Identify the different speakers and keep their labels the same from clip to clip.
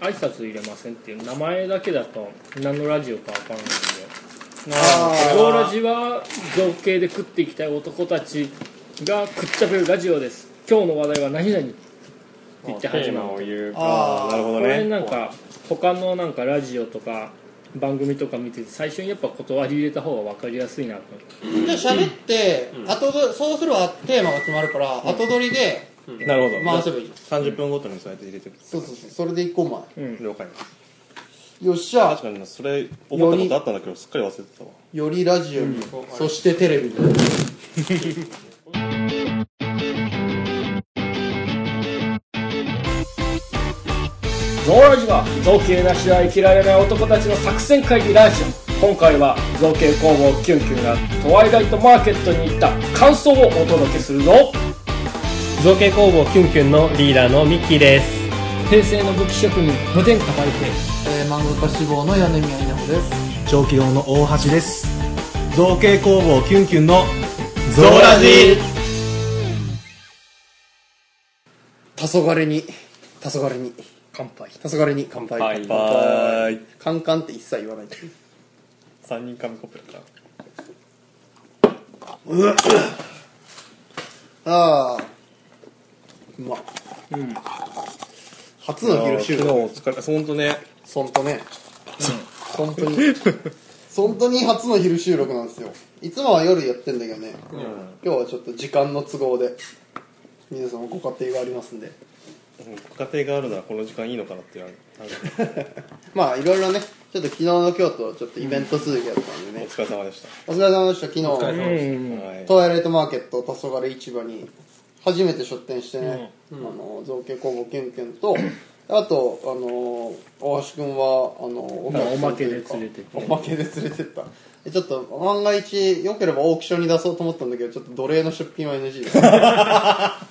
Speaker 1: 挨拶入れませんっていう名前だけだと何のラジオか分かんないんで
Speaker 2: あ
Speaker 1: 「
Speaker 2: ー
Speaker 1: ゴーラジは造形で食っていきたい男たちが食っちゃべるラジオです今日の話題は何々」って言って始
Speaker 3: テー
Speaker 1: ま
Speaker 3: マを
Speaker 1: る
Speaker 3: 言う
Speaker 2: あー
Speaker 3: かなるほ
Speaker 1: こ
Speaker 3: ど
Speaker 1: れ
Speaker 3: ね
Speaker 1: なんか他のなんかラジオとか番組とか見てて最初にやっぱ断り入れた方が分かりやすいなと思って
Speaker 2: じゃあ喋って、
Speaker 3: うん
Speaker 2: 後どそうすればテーマが決まるから、後取りで
Speaker 4: なるほど
Speaker 2: 回せばいい
Speaker 4: 30分ごとにそうやって入れてる
Speaker 2: そうそうそうそれでいこうお
Speaker 1: うん
Speaker 4: 了解
Speaker 2: 前よっしゃ
Speaker 4: 確かになそれ思ったことあったんだけどすっかり忘れてたわ
Speaker 2: よりラジオに、そしてテレビに
Speaker 1: ゾウラジは造形なしでは生きられない男たちの作戦会議ラジオ今回は造形工房キュンキュンがトワイライトマーケットに行った感想をお届けするぞ
Speaker 3: 造形工房キュンキュンのリーダーのミッキーです
Speaker 1: 平成の武器職人無天下売店
Speaker 2: えー、漫画家志望の柳宮稲穂です
Speaker 5: 長期堂の大橋です造形工房キュンキュンのゾ
Speaker 4: ゾーラジ
Speaker 2: 黄昏に黄昏に
Speaker 1: 乾杯
Speaker 2: 黄昏に乾杯
Speaker 3: 乾杯
Speaker 4: はーい
Speaker 2: カンカンって一切言わない
Speaker 4: 3人紙コップだから
Speaker 2: ああうま
Speaker 1: うん
Speaker 2: 初の昼
Speaker 4: 昨
Speaker 2: 収
Speaker 4: 日
Speaker 2: 録
Speaker 4: お疲れ本当ね
Speaker 2: そんとね本当に 本当に初の昼収録なんですよいつもは夜やってんだけどね、今日はちょっと時間の都合で皆さんもご家庭がありますんで
Speaker 4: ご家庭があるならこの時間いいのかなっていうのある
Speaker 2: まあいろいろねちょっと昨日の今日とちょっとイベント続きだったんで
Speaker 4: お
Speaker 2: ね、
Speaker 4: 疲れ様でした
Speaker 2: お疲れ様でした昨日
Speaker 1: うん
Speaker 4: はい
Speaker 2: トワイライトマーケット黄昏市場に初めて出店してね、あの造形工房ケンケン とあとあの大橋君はあのお
Speaker 1: まあ
Speaker 2: 客さんというか
Speaker 1: おまけで連れてって
Speaker 2: おまけで連れてったでちょっと万が一よければオークションに出そうと思ったんだけどちょっと奴隷の出品は NG だね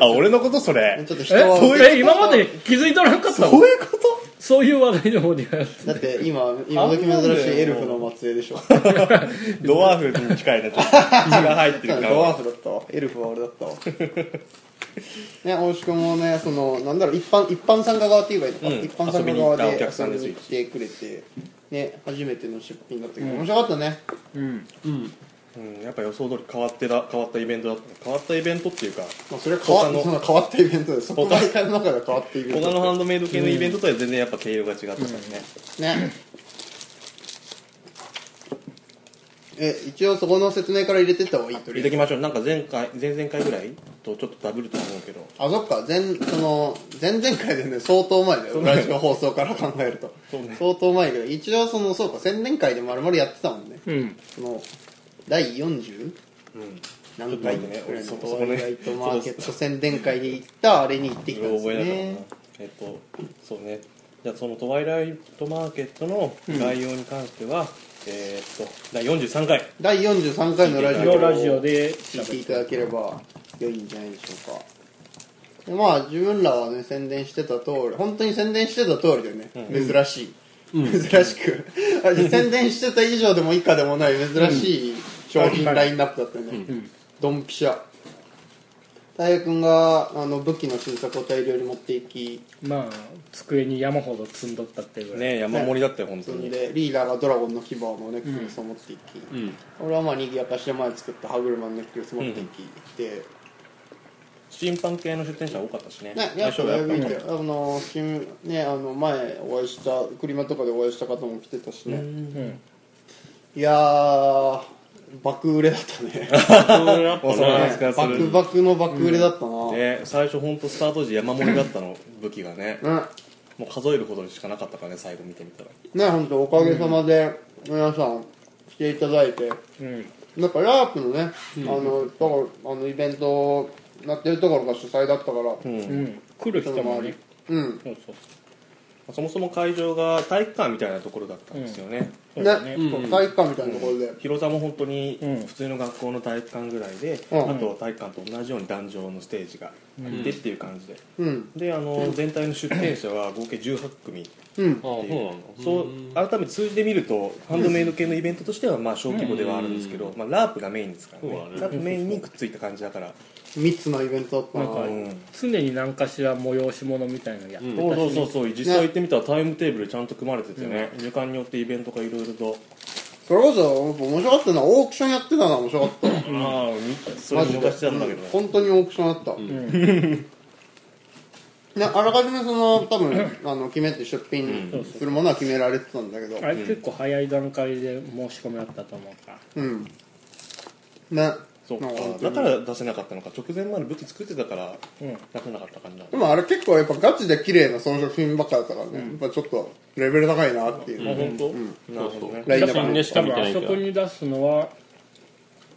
Speaker 4: あ俺のことそれ
Speaker 2: ちょっと人
Speaker 1: え
Speaker 2: は
Speaker 1: そうえ今まで気づいとらんかったの
Speaker 4: そういうこと
Speaker 1: そういう話題の方でやる
Speaker 2: だって今今時珍しいエルフの末裔でしょ
Speaker 4: ドワーフに近いなちょ っと血が入って
Speaker 2: ド
Speaker 4: るから
Speaker 2: ワーフだったわエルフは俺だ ったわね大志くんもねそのなんだろう一般一般参加側っていうか、
Speaker 4: うん
Speaker 2: 一般参加側で
Speaker 4: 遊びに行ったお客さんです
Speaker 2: 遊びに来てくれてね初めての出品だったけど、面白かったね
Speaker 1: うん
Speaker 4: うんやっぱ予想通り変わってら変わったイベントだった変わったイベントっていうか
Speaker 2: まあそれは変わ
Speaker 4: 他の
Speaker 2: そんな変わったイベントで即売会の中で変わったイベ
Speaker 4: 他
Speaker 2: ント
Speaker 4: のハンドメイド系のイベントとは全然やっぱ毛色が違ったからね、
Speaker 2: ねえ一応そこの説明から入れてった方がいいと
Speaker 4: 入れときましょうなんか前回前々回ぐらいとちょっとダブると思うけど
Speaker 2: あそっか前その前々回でね相当前だよラジオ放送から考えると、
Speaker 4: そうね
Speaker 2: 相当前だけど一応そのそうか宣伝会で丸々やってたもんね
Speaker 1: うん
Speaker 2: その第40
Speaker 4: うん
Speaker 2: 何回
Speaker 4: ちょっ
Speaker 2: く
Speaker 4: と待ってね
Speaker 2: らい
Speaker 4: 俺そ
Speaker 2: の
Speaker 4: こ
Speaker 2: トワ
Speaker 4: そこね
Speaker 2: イライトマーケット宣伝会で行ったあれに行ってきたんです
Speaker 4: 覚
Speaker 2: よ
Speaker 4: えな
Speaker 2: ね
Speaker 4: かったなえっとそうねじゃあそのトワイライトマーケットの概要に関しては、えーっと第43回
Speaker 2: 第43回のラジ
Speaker 1: 昨
Speaker 2: オ
Speaker 1: 日ラジオで
Speaker 2: 聞いていただければ良いんじゃないでしょうかでまあ自分らはね宣伝してた通り本当に宣伝してた通りだよね、珍しい、珍し くあじゃあ宣伝してた以上でも以下でもない珍しい商品ラインナップだったよね、ドンピシャ大平君があの武器の新作を大量に持っていき
Speaker 1: まあ机に山ほど積んどったっていうぐらい
Speaker 4: ね山盛りだったよ本
Speaker 2: そ
Speaker 4: 当
Speaker 2: ん
Speaker 4: に
Speaker 2: でリーダーがドラゴンの牙のネックレスを持っていき、俺はまあにぎやかして前作った歯車のネックレス持っていき、で
Speaker 4: 審判系の出店者多かったしね
Speaker 2: ね、やっぱ
Speaker 4: が
Speaker 2: ウェブイン
Speaker 4: か
Speaker 2: で、あの、新、ね、あの、前お会いした、クリマとかでお会いした方も来てたしね。いやー、爆売れだったね。
Speaker 4: お そらくす
Speaker 2: バク
Speaker 4: る
Speaker 2: バクの爆売れだったな。うん。
Speaker 4: ね最初本当スタート時山盛りだったの武器がねもう数えるほどしかなかったからね最後見てみたら
Speaker 2: ね、ほんと、おかげさまで、皆さん、来ていただいて。
Speaker 1: うん
Speaker 2: なんか、ラープのね、あの、ところ、あの、イベント、なってるところが主催だったから、
Speaker 1: うん来る人もね
Speaker 2: うん。
Speaker 1: そうそう
Speaker 4: そもそも会場が体育館みたいなところだったんですよね、そうだね
Speaker 2: こう体育館みたいなところで、
Speaker 4: 広さも本当に
Speaker 1: うん
Speaker 4: 普通の学校の体育館ぐらいで、
Speaker 2: うん
Speaker 4: あと体育館と同じように壇上のステージがあってっていう感じで、
Speaker 2: うん
Speaker 4: であの全体の出展者は合計18組って
Speaker 2: うん
Speaker 3: ああそう
Speaker 4: い
Speaker 3: な
Speaker 4: う
Speaker 3: の
Speaker 4: そう改めて数字で見るとハンドメイド系のイベントとしてはまあ小規模ではあるんですけど、まあ、ラープがメインですからね
Speaker 3: そうだね
Speaker 4: ラープメインにくっついた感じだから、
Speaker 2: 3つのイベントだったな
Speaker 1: なんか
Speaker 4: うん
Speaker 1: 常に何かしら催し物みたいなのやってたし、
Speaker 4: そうそうそうそう実際行ってみたらタイムテーブルちゃんと組まれててね、時間によってイベントがいろいろと、
Speaker 2: それこそやっぱ面白かったなオークションやってたな面白かった
Speaker 4: ああみそれ見逃しちゃったんだけどね、
Speaker 2: 本当にオークションだった、 ね、あらかじめその多分あの決めて出品するものは決められてたんだけど
Speaker 1: あれ結構早い段階で申し込みあったと思うから
Speaker 2: うんね
Speaker 4: そう
Speaker 2: なん本
Speaker 4: か
Speaker 2: 当
Speaker 4: だ
Speaker 2: に
Speaker 4: から出せなかったのか直前まで武器作ってたから
Speaker 1: うん
Speaker 4: 出せなかった感じなの
Speaker 2: でもあれ結構やっぱガチで綺麗な装飾品ばっかだったからね、やっぱちょっとレベル高いなっていう、
Speaker 4: あ本当、なるほどね
Speaker 2: ラインナ
Speaker 3: 写真
Speaker 2: ッ
Speaker 3: で
Speaker 2: プ
Speaker 3: しか
Speaker 1: 多
Speaker 3: 見て
Speaker 1: 分
Speaker 3: な
Speaker 1: あ
Speaker 3: い
Speaker 1: そ
Speaker 3: から
Speaker 1: こに出すのは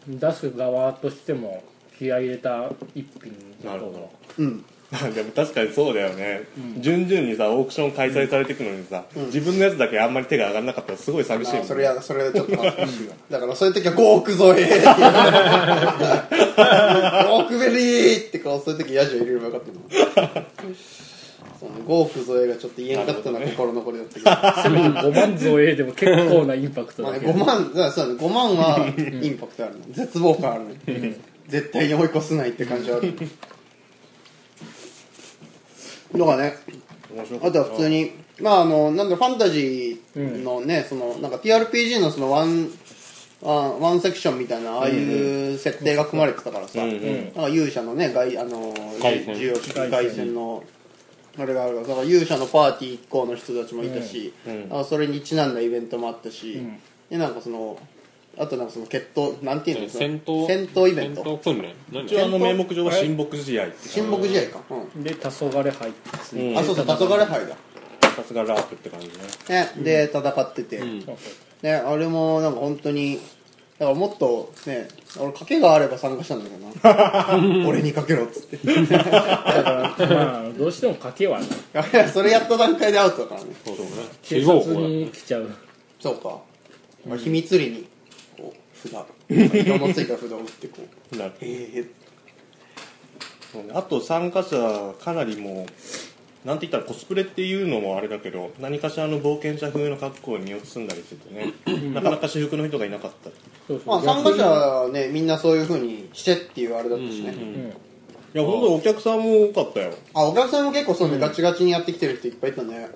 Speaker 1: 出す側としても気合い入れた一品
Speaker 4: なるほ
Speaker 2: うん
Speaker 4: ど でも確かにそうだよね、順々にさオークション開催されていくのにさ、自分のやつだけあんまり手が上がらなかったらすごい寂しいもん
Speaker 2: あ
Speaker 4: ね
Speaker 2: それやだそれちょっと恥ずかしいわだからそういう時は5億添え5億ベリーってこうそういう時ヤジを入れればよかったのその5億添えがちょっと言えなかったのは心残りだったけど
Speaker 1: せめて5万増えでも結構なインパクト
Speaker 2: まあ
Speaker 1: だ
Speaker 2: ね、
Speaker 1: けど
Speaker 2: 5万だからそうだね5万はインパクトあるの絶望感あるの絶対に追い越せないって感じはあるのがね
Speaker 4: 面白か
Speaker 2: あ
Speaker 4: っ
Speaker 2: と
Speaker 4: たな
Speaker 2: は普通にまああのなんだろうファンタジーのね、そのなんか TRPG のそのワンあワンセクションみたいなああいう設定が組まれてたからさ、
Speaker 4: うんうん
Speaker 2: なんか勇者のね外あの
Speaker 3: 凱旋
Speaker 2: 重要機外線のあれがあるからだから勇者のパーティー一行の人たちもいたし、あそれにちなんだイベントもあったし、でなんかそのあとなんかその決闘なんていうのその
Speaker 3: 戦闘
Speaker 2: 戦闘イベン
Speaker 3: 戦
Speaker 2: ト
Speaker 3: 闘訓練何
Speaker 4: 一応あの名目上は親睦試合って
Speaker 2: 親睦試合か、
Speaker 1: で黄昏入ってつい
Speaker 2: うん、あそうそう黄昏杯だ
Speaker 4: さすがラープって感じね
Speaker 2: ね、で戦ってて、ね、あれもなんか本当にだからもっとね俺賭けがあれば参加したんだけど な俺に賭けろっつって
Speaker 1: だからまあどうしても賭けはない
Speaker 2: い やそれやった段階でアウトだからね
Speaker 3: そうそうね
Speaker 1: 警察に来ちゃう
Speaker 2: そうか、まあ、秘密裏にこう 札色のついた札を打ってこう
Speaker 4: なる
Speaker 2: ええ
Speaker 4: そうねあと参加者かなりもうなんて言ったらコスプレっていうのもあれだけど何かしらの冒険者風の格好に身を包んだりしてて ねなかなか私服の人がいなかったい
Speaker 1: そうそ
Speaker 2: ま
Speaker 1: う
Speaker 2: あ参加者はねみんなそういうふうにしてっていうあれだったしね、
Speaker 4: や本当にお客さんも多かったよ
Speaker 2: あお客さんも結構そうね、ガチガチにやってきてる人いっぱいいたね、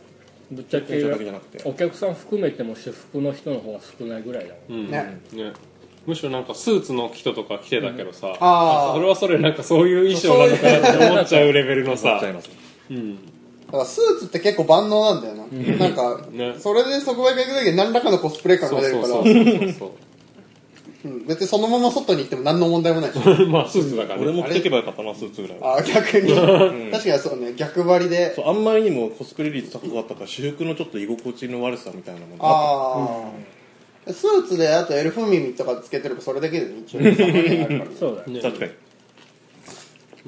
Speaker 1: ぶっちゃ
Speaker 4: お客
Speaker 1: け
Speaker 4: さんだけじゃなくて
Speaker 1: お客さん含めても私服の人の方が少ないぐらいだもん
Speaker 3: うん
Speaker 2: ね
Speaker 3: ねむしろなんかスーツの人とか着てたけどさ、
Speaker 2: あー
Speaker 3: それはそれなんかそういう衣装なのかなって思っちゃうレベルの
Speaker 4: 思っ
Speaker 3: さ
Speaker 4: ちゃいます
Speaker 2: だからスーツって結構万能なんだよな、なんか、
Speaker 3: ね
Speaker 2: それでそこまで行くだけで何らかのコスプレ感
Speaker 3: そ
Speaker 2: が
Speaker 3: う
Speaker 2: 出る
Speaker 3: そう
Speaker 2: から
Speaker 3: そうそうそ
Speaker 2: うん別にそのまま外に行っても何の問題もないし
Speaker 3: う まあスーツだからね
Speaker 4: 俺も着てけばよかったなスーツぐらいは
Speaker 2: あ逆に確かにそうね逆張りで
Speaker 4: そうあんまりにもコスプレ率高かったから私服のちょっと居心地の悪さみたいなものがあっ
Speaker 2: ああ、スーツであとエルフ耳とかつけてればそれだけで一応収まりがあるから ね
Speaker 1: そうだね
Speaker 4: た確かに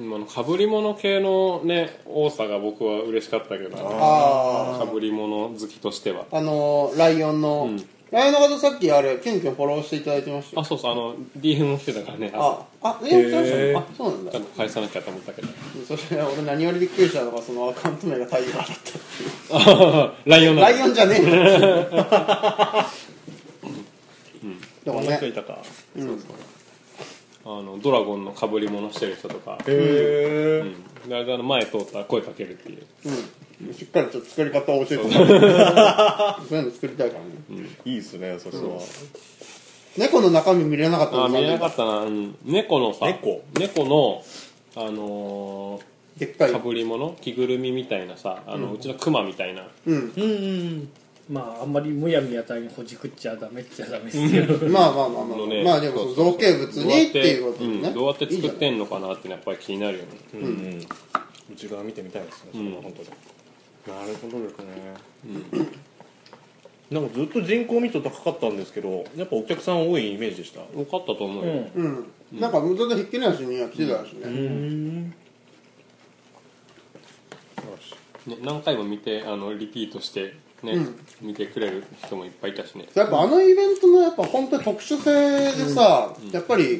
Speaker 3: うんあのかぶり物系のね多さが僕は嬉しかったけど
Speaker 2: あ
Speaker 3: かぶり物好きとしては
Speaker 2: ああのーライオンの、ライオンの方さっきあれキュンキュンフォローしていただいてました
Speaker 3: あ
Speaker 2: よ
Speaker 3: そうそうあの DM も来てたからね朝
Speaker 2: ああえー、来てま
Speaker 3: へ
Speaker 2: した
Speaker 3: ー
Speaker 2: のあそうなんだ
Speaker 3: ちゃんと返さなきゃと思ったけど
Speaker 2: そして俺何よりびっくりしたのがそのアカウント名が太陽だった
Speaker 3: ライオン
Speaker 2: ラ
Speaker 3: だ
Speaker 2: イオンじゃねえよ で
Speaker 4: こ
Speaker 2: も
Speaker 4: んな人
Speaker 2: ね
Speaker 4: いたか
Speaker 3: あのドラゴンのかぶり物してる人とか
Speaker 4: へえ、
Speaker 3: うんであの前通ったら声かけるっていう
Speaker 2: うんしっかりちょっと作り方を教えてもら ってそういうの作りたいからね
Speaker 4: いいっすねそれは、
Speaker 2: 猫の中身見れなかった
Speaker 3: あ
Speaker 2: の
Speaker 3: ー見れなか
Speaker 2: っ
Speaker 3: ったな、うん、猫のさ
Speaker 4: 猫
Speaker 3: 猫のあの
Speaker 2: たでっかい
Speaker 3: ーかぶり物着ぐるみみたいなさあの、うちのクマみたいな
Speaker 2: うん
Speaker 1: まああんまりむやみやたりにほじくっちゃダメっちゃダメですけど
Speaker 2: まあまあまあまあ
Speaker 3: のね
Speaker 2: まあでもその造形物
Speaker 3: どうや
Speaker 2: に
Speaker 3: っ
Speaker 2: ってい
Speaker 3: て
Speaker 2: うことでね
Speaker 3: うんどうやって作って
Speaker 2: いい
Speaker 3: んのかなってやっぱり気になるよね
Speaker 4: うんうん内側見てみたいですね、それは本当になるほどですね、なんかずっと人口密度高かったんですけどやっぱお客さん多いイメージでした
Speaker 3: よかったと思う
Speaker 1: う
Speaker 3: よ、
Speaker 1: ん
Speaker 2: じゃないうんなんかずっとひっきりなしにやってたらしいね
Speaker 3: ね、何回も見てあのリピートしてね、見てくれる人もいっぱいいたしね
Speaker 2: やっぱあのイベントのやっぱ本当に特殊性でさ、やっぱり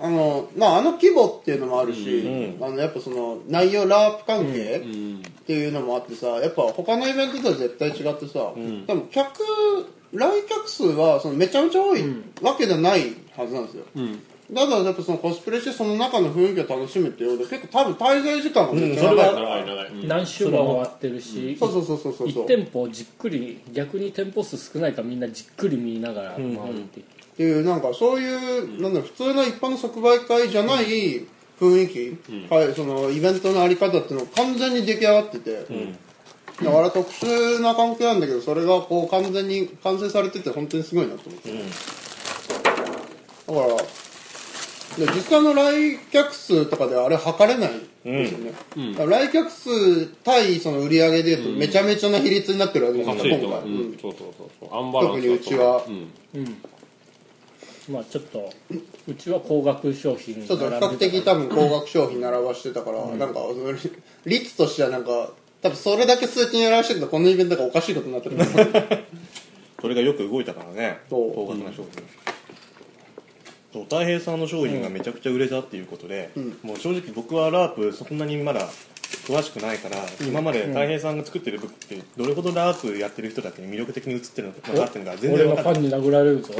Speaker 2: あのまああの規模っていうのもあるし、あのやっぱその内容ラープ関係っていうのもあってさやっぱ他のイベントとは絶対違ってさ、でも客来客数はそのめちゃめちゃ多いわけじゃないはずなんですよ、だからやっぱそのコスプレしてその中の雰囲気を楽しむっていうので結構多分滞在時間がめっちゃ長いから、
Speaker 3: 長い長い、うん
Speaker 1: 何週も終わってるし、
Speaker 2: そうそうそうそうそう
Speaker 1: 1店舗じっくり逆に店舗数少ないからみんなじっくり見ながら回るっていう、
Speaker 2: っていうなんかそういう、なんだろう普通の一般の即売会じゃない雰囲気、はい、そのイベントのあり方っていうのが完全に出来上がってて、だから特殊な関係なんだけどそれがこう完全に完成されてて本当にすごいなと思って、だからで実際の来客数とかではあれ測れないですよね、だから来客数対その売り上げで言うとめちゃめちゃな比率になってるわけです
Speaker 3: お
Speaker 2: よ
Speaker 3: かし
Speaker 2: ね、
Speaker 3: いと
Speaker 2: 今
Speaker 3: 思う、
Speaker 2: 回、
Speaker 3: うん、そうそうそうそうアンバラ
Speaker 2: 特
Speaker 3: ンスだと思
Speaker 2: にうちは
Speaker 3: うん、
Speaker 1: まあちょっとうちは高額商品
Speaker 2: ちょっと比較的多分高額商品並ばしてたから、なんかその率としてはなんか多分それだけ数値に並ばしてるとこのイベントがおかしいことになってる
Speaker 4: それがよく動いたからね
Speaker 2: そう
Speaker 4: 高額な商品、そう太平さんの商品がめちゃくちゃ売れたっていうことで、もう正直僕はラープそんなにまだ詳しくないから、今まで太平さんが作ってる服ってどれほどラープやってる人だけに魅力的に映ってるのかなっていうのが全
Speaker 1: 俺
Speaker 4: 然
Speaker 1: が
Speaker 4: 分
Speaker 1: フ
Speaker 4: か
Speaker 1: ァ
Speaker 4: んない
Speaker 1: ンに殴られるぞ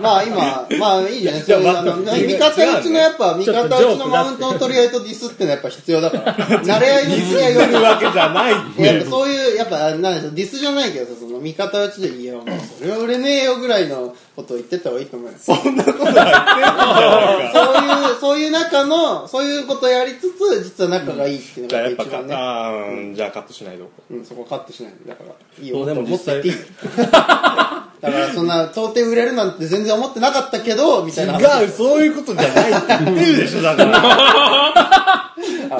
Speaker 2: まあ今まあいいじゃないですか
Speaker 4: いや
Speaker 2: あの
Speaker 4: まあ
Speaker 2: 味方うちのやっぱ味
Speaker 1: ちょっと
Speaker 2: 方うち
Speaker 1: ジョー
Speaker 2: の
Speaker 1: クだって
Speaker 2: マウントの取り合いとディスってのはやっぱ必要だから 慣れ合いのディスり合いが
Speaker 4: するわけじゃないって
Speaker 2: や
Speaker 4: い
Speaker 2: っ
Speaker 4: う
Speaker 2: ぱそういうやっぱなんでしょうディスじゃないけどさその味方うちでいやお前それは売れねえよぐらいのことを言ってった方がいいと思うよ
Speaker 4: そんなことは言ってんじゃない
Speaker 2: そ
Speaker 4: か
Speaker 2: ういう、 そういう中の、そういうことやりつつ、実は仲がいいっていう
Speaker 4: じゃあや
Speaker 2: の
Speaker 4: っ
Speaker 2: が
Speaker 4: ぱ
Speaker 2: 一
Speaker 4: カ
Speaker 2: 番
Speaker 4: ッ
Speaker 2: ね。
Speaker 4: ターンじゃあカットしないと
Speaker 2: うん、そこカットしないで、だから。いい
Speaker 4: そ
Speaker 2: よ、
Speaker 4: うでも
Speaker 2: もっと言っていい
Speaker 4: 実。
Speaker 2: だからそんな、到底売れるなんて全然思ってなかったけど、みたいな。
Speaker 4: 違うそういうことじゃないって言ってるでしょだから
Speaker 2: あ、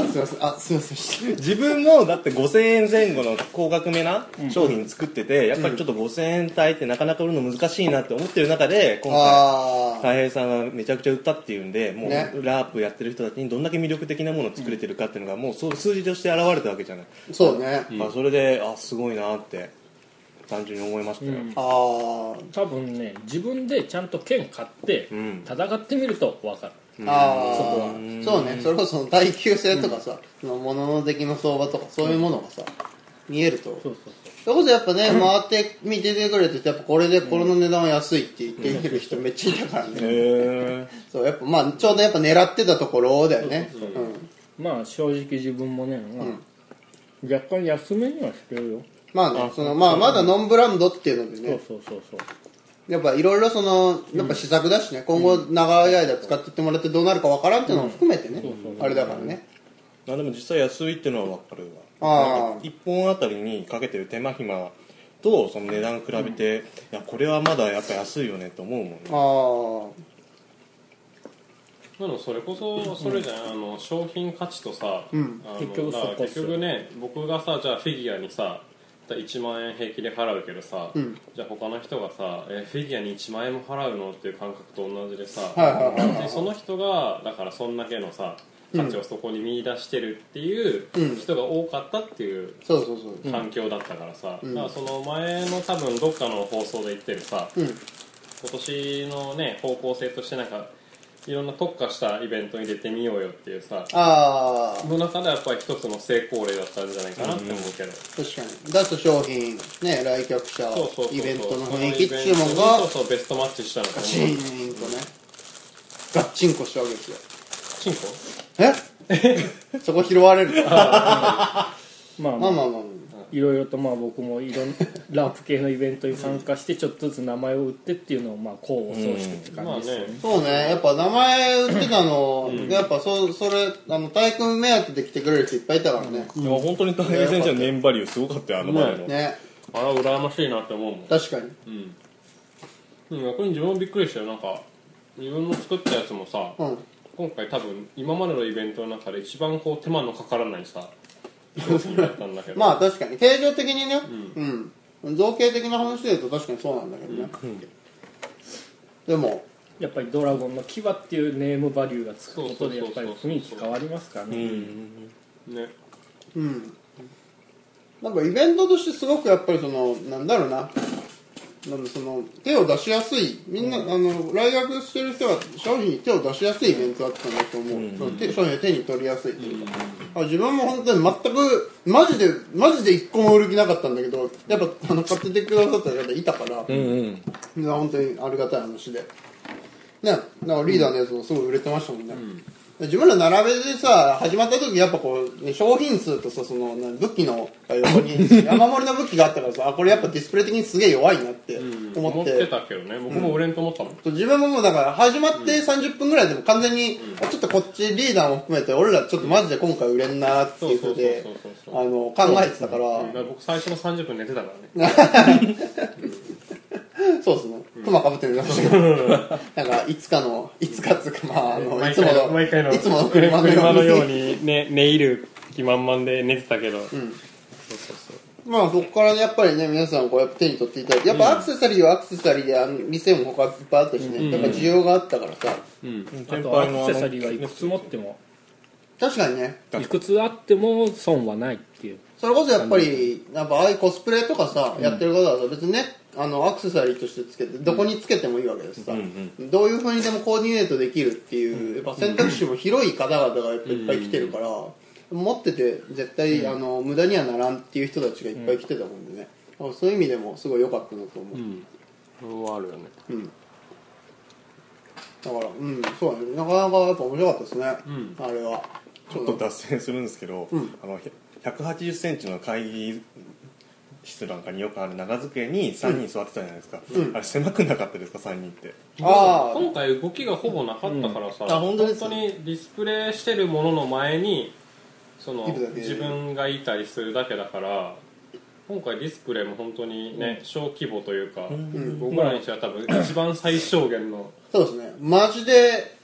Speaker 2: すいません、あ、すいません。
Speaker 4: 自分もだって5000円前後の高額めな商品作ってて、やっぱりちょっと5000円帯ってなかなか売るの難しいなって思ってる中で今回
Speaker 2: あー。
Speaker 4: たい平さんはめちゃくちゃ売ったっていうんでもう
Speaker 2: ね
Speaker 4: ラープやってる人たちにどんだけ魅力的なものを作れてるかっていうのがもうそう数字として現れたわけじゃない、
Speaker 2: そうね。
Speaker 4: まあ、それであすごいなって単純に思いましたよ、
Speaker 2: あー。
Speaker 1: 多分ね自分でちゃんと剣買って
Speaker 4: ん
Speaker 1: 戦ってみると分かる、
Speaker 2: あーそうねそれこそその耐久性とかさ、その物の出来の相場とかそういうものがさ、見えると
Speaker 1: そうそうそう
Speaker 2: それこそやっぱね、回って見ててくれてやっぱこれでこれの値段は安いって言っている人めっちゃいたからね、
Speaker 4: へ
Speaker 2: そうやっぱまあちょうどやっぱ狙ってたところだよねうん
Speaker 1: まあ正直自分もね、まあ若干安めにはしてるよ
Speaker 2: まあねそのまあまだノンブランドっていうので
Speaker 1: そう
Speaker 2: ね
Speaker 1: そうそうそう
Speaker 2: やっぱいろいろそのやっぱ試作だしね、今後長い間使ってってもらってどうなるかわからんっていうのも含めてね、あれだからね
Speaker 4: まあでも実際安いっていうのは分かるわ
Speaker 2: あ
Speaker 4: 1本あたりにかけてる手間暇とその値段比べて、いやこれはまだやっぱ安いよねと思うもんね
Speaker 2: ああー
Speaker 3: なのそれこそそれじゃん、あの商品価値とさ、あの
Speaker 1: 結局そこ
Speaker 3: だから結局ね僕がさじゃあフィギュアにさ1万円平気で払うけどさ、じゃあ他の人がさえフィギュアに1万円も払うのっていう感覚と同じでさ、
Speaker 2: はいはいはい
Speaker 3: でその人がだからそんだけのさ価値をそこに見出してるっていう人が多かったっていう
Speaker 2: そうそうそう
Speaker 3: 環境だったからさ、だからその前の多分どっかの放送で言ってるさ、
Speaker 2: ん
Speaker 3: 今年のね方向性としてなんかいろんな特化したイベントに出てみようよっていうさ
Speaker 2: ああ
Speaker 3: の中でやっぱり一つの成功例だったんじゃないかなって思うけど、
Speaker 2: 確かに出す商品ね来客者
Speaker 3: そうそうそうそう
Speaker 2: イベントの雰囲気っていう
Speaker 3: そ
Speaker 2: の
Speaker 3: のイベントにそ
Speaker 2: が
Speaker 3: うそうベストマッチしたのか
Speaker 2: ガ
Speaker 3: な
Speaker 2: チーンとねガッチンコしたわけですよ
Speaker 3: チンコ
Speaker 2: え そこ拾われるか
Speaker 1: まあま
Speaker 2: ま
Speaker 1: あ
Speaker 2: あまあまあ
Speaker 1: いろいろとまあ僕もいろん なラープ系のイベントに参加してちょっとずつ名前を売ってっていうのをまあ功を奏してって感
Speaker 3: まあ
Speaker 1: じですよ
Speaker 3: ね
Speaker 1: ね、
Speaker 2: そうねやっぱ名前売ってたの、やっぱそそれあの大君目当てで来てくれる人いっぱいいたからね、
Speaker 4: いや本当に大平選手のネームバリューすごかったよあの前の、
Speaker 2: ね
Speaker 3: あら羨ましいなって思うもん
Speaker 2: 確かに
Speaker 3: うん、うん、逆に自分もびっくりしたよなんか自分の作ったやつもさ、
Speaker 2: うん
Speaker 3: 今回多分今までのイベントの中で一番こう手間のかからないさ商品だったんだけ ど
Speaker 2: まあ確かに形状的にねうん、造形的な話で言うと確かにそうなんだけどね、でも
Speaker 1: やっぱり「ドラゴンの牙」っていうネームバリューがつくことでや
Speaker 3: そう
Speaker 1: っ
Speaker 3: そう
Speaker 1: ぱ
Speaker 3: そうそう
Speaker 1: り雰囲気変わりますからね、
Speaker 4: うん
Speaker 3: ね
Speaker 2: うんなんかイベントとしてすごくやっぱりそのなんだろうななんだその手を出しやすいみんな、あの来学してる人は商品に手を出しやすいイベントだったんだと思う、その手商品を手に取りやすいというか、あ自分も本当に全くマジでマジで一個も売る気なかったんだけどやっぱあの買っててくださった方いたから、
Speaker 4: うん
Speaker 2: いや本当にありがたい話でねだからリーダーのやつもすごい売れてましたもんね、で自分ら並べでさ始まった時やっぱこう、ね、商品数とさそのな武器の横 に山盛りの武器があったからさあこれやっぱディスプレイ的にすげえ弱いなって思
Speaker 3: 思
Speaker 2: っ,、
Speaker 3: っててたけどね僕も売れんと思ったもん、
Speaker 2: 自分ももうだから始まって30分ぐらいでも完全に、あちょっとこっちリーダーも含めて俺らちょっとマジで今回売れんなっていうふうで
Speaker 3: そうそうそう
Speaker 2: あ
Speaker 3: そ
Speaker 2: の
Speaker 3: う
Speaker 2: 考えてたから、
Speaker 3: だから僕最初の30分寝てたからね
Speaker 2: そうですね。熊かぶってるらしいけど。 なんか、いつかの、いつかつか、まあ、あの、い
Speaker 3: 毎
Speaker 2: つも
Speaker 3: 回の
Speaker 2: の、
Speaker 3: 毎回の
Speaker 2: いつもの車のように。
Speaker 3: にね寝入る気満々で寝てたけど、
Speaker 2: まあ、そこからね、やっぱりね、皆さん、こう、やっぱ手に取っていただいて、やっぱアクセサリーはアクセサリーで、あの店も他いっぱいあったしね、やっぱ需要があったからさ、
Speaker 4: うん
Speaker 1: あ
Speaker 4: 先
Speaker 1: とア
Speaker 4: 輩のあの
Speaker 1: クセサリーはいくつ持っても
Speaker 2: 確かにね、
Speaker 1: いくつあっても損はないっていう
Speaker 2: それこそやっぱり、やっぱああいうコスプレとかさ、やってる方はさ、別にね、あの、アクセサリーとしてつけて、どこにつけてもいいわけですさ、どういう風にでもコーディネートできるっていう、やっぱ選択肢も広い方々がやっぱいっぱい来てるから、持ってて絶対、あの、無駄にはならんっていう人たちがいっぱい来てたもんでね、だからそういう意味でもすごい良かったなと思う。
Speaker 3: うんそれはあるよね
Speaker 2: うんだから、うん、そうだね。なかなかやっぱ面白かったですね、あれは。
Speaker 4: ちょっと脱線するんですけど、
Speaker 2: うん
Speaker 4: あのひゃ180センチの会議室なんかによくある長机に3人座ってたじゃないですか、
Speaker 2: うん
Speaker 4: あれ狭くなかったですか3人って
Speaker 2: ああ、
Speaker 3: 今回動きがほぼなかったからさ、
Speaker 2: んあ本当です
Speaker 3: にディスプレイしてるものの前にその
Speaker 2: いるだけ
Speaker 3: 自分がいたりするだけだから今回ディスプレイも本当にね、小規模というか、
Speaker 2: ん
Speaker 3: 僕らにしては多分一番最小限の
Speaker 2: そうですね。マジで、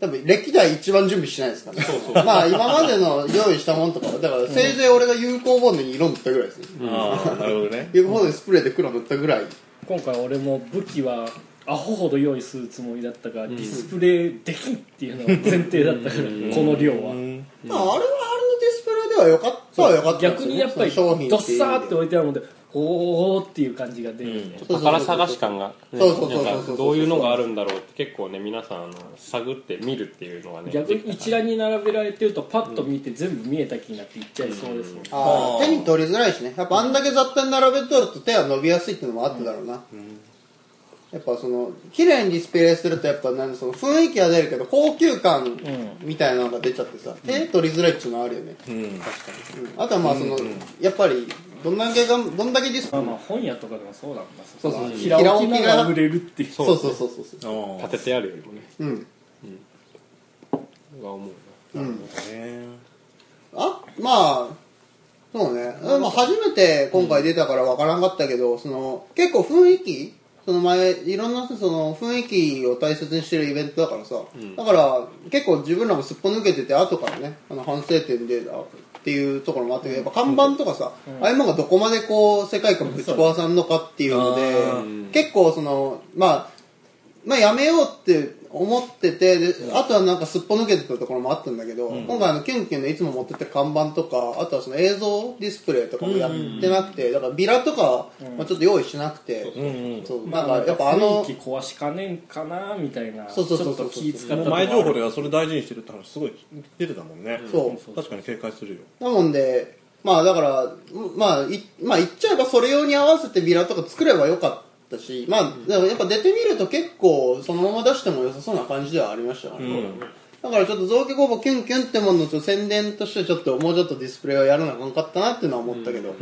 Speaker 2: 多分歴代一番準備してないですからね。
Speaker 3: そうそう
Speaker 2: まあ今までの用意したものとかは、だからせいぜい俺が有効ボンドに色塗ったぐらいですね。
Speaker 4: ああなるほどね
Speaker 2: 有効ボンドにスプレーで黒塗ったぐらい。
Speaker 1: 今回俺も武器はアホほど用意するつもりだったが、ディスプレイできんっていうのが前提だったから、この量は、
Speaker 4: うん
Speaker 2: まああれはあれのディスプレイでは良かったは良かったです
Speaker 1: 逆
Speaker 2: よね
Speaker 1: にやっぱり
Speaker 2: その商品
Speaker 1: ドッ
Speaker 2: いう
Speaker 1: サ
Speaker 2: 意味
Speaker 1: ーっ
Speaker 2: で
Speaker 1: て置いてあるのでおーっていう感じが出るよね、
Speaker 2: そうそうそう
Speaker 3: 宝探し感がね
Speaker 2: そうそうそうそう
Speaker 3: なんかどういうのがあるんだろうって結構ね皆さんあの探って見るっていうのがね
Speaker 1: 逆に一覧に並べられてるとパッと見て全部見えた気になっていっちゃいそうですね、
Speaker 2: あ
Speaker 4: あ
Speaker 2: ー
Speaker 4: ー
Speaker 2: 手に取りづらいしねやっぱあんだけ雑多に並べとると手は伸びやすいっていうのもあっただろうな、やっぱその綺麗にディスプレイするとやっぱなんその雰囲気は出るけど高級感みたいなのが出ちゃってさ、手取りづらいっていうのはあるよね、
Speaker 4: うん
Speaker 2: あとはまあその、やっぱりどんだけがどんだけディスプ
Speaker 1: ま
Speaker 2: レ
Speaker 1: あ
Speaker 2: イ
Speaker 1: まあ本屋とかでもそうなんだそ
Speaker 2: そうそうそう
Speaker 1: 平置きながら売れるっていう
Speaker 2: そうそうそうそうそ
Speaker 4: あ
Speaker 3: 立ててあるよりもね
Speaker 2: ううん
Speaker 3: 僕は思うな
Speaker 4: あね
Speaker 2: あまあそうね、でも初めて今回出たからわからんかったけど、その結構雰囲気その前いろんなその雰囲気を大切にしてるイベントだからさ、だから結構自分らもすっぽ抜けてて後からねあの反省点であっていうところもあったけどやっぱ看板とかさ、ああいうのがどこまでこう世界観ぶち壊さんのかっていうので、結構そのまあまあ、やめようって思っててであとはなんかすっぽ抜けてたところもあったんだけど、今回あのキュンキュンのいつも持ってった看板とかあとはその映像ディスプレイとかもやってなくて、だからビラとかは、まあ、ちょっと用意しなくて、そう
Speaker 1: ま
Speaker 2: な
Speaker 1: あ
Speaker 2: ん
Speaker 1: ま
Speaker 2: か
Speaker 1: あ
Speaker 2: やっぱあの
Speaker 1: 雰囲気壊しかねんかなみたいなち
Speaker 2: そ
Speaker 1: ょ
Speaker 2: うそうそう
Speaker 1: っ
Speaker 2: そう
Speaker 1: と気使ったとこ
Speaker 4: 前情報ではそれ大事にしてるって話すごい出てたもんね、
Speaker 2: そう
Speaker 4: 確かに警戒するよ
Speaker 2: なもんで、まあだから、うんまあ、いまあ言っちゃえばそれ用に合わせてビラとか作ればよかったし、まあ、でもやっぱ出てみると結構そのまま出しても良さそうな感じではありましたからね。だからちょっと造形工房キュンキュンってもののちょっと宣伝としてちょっともうちょっとディスプレイをやらなあかんかったなっていうのは思ったけど、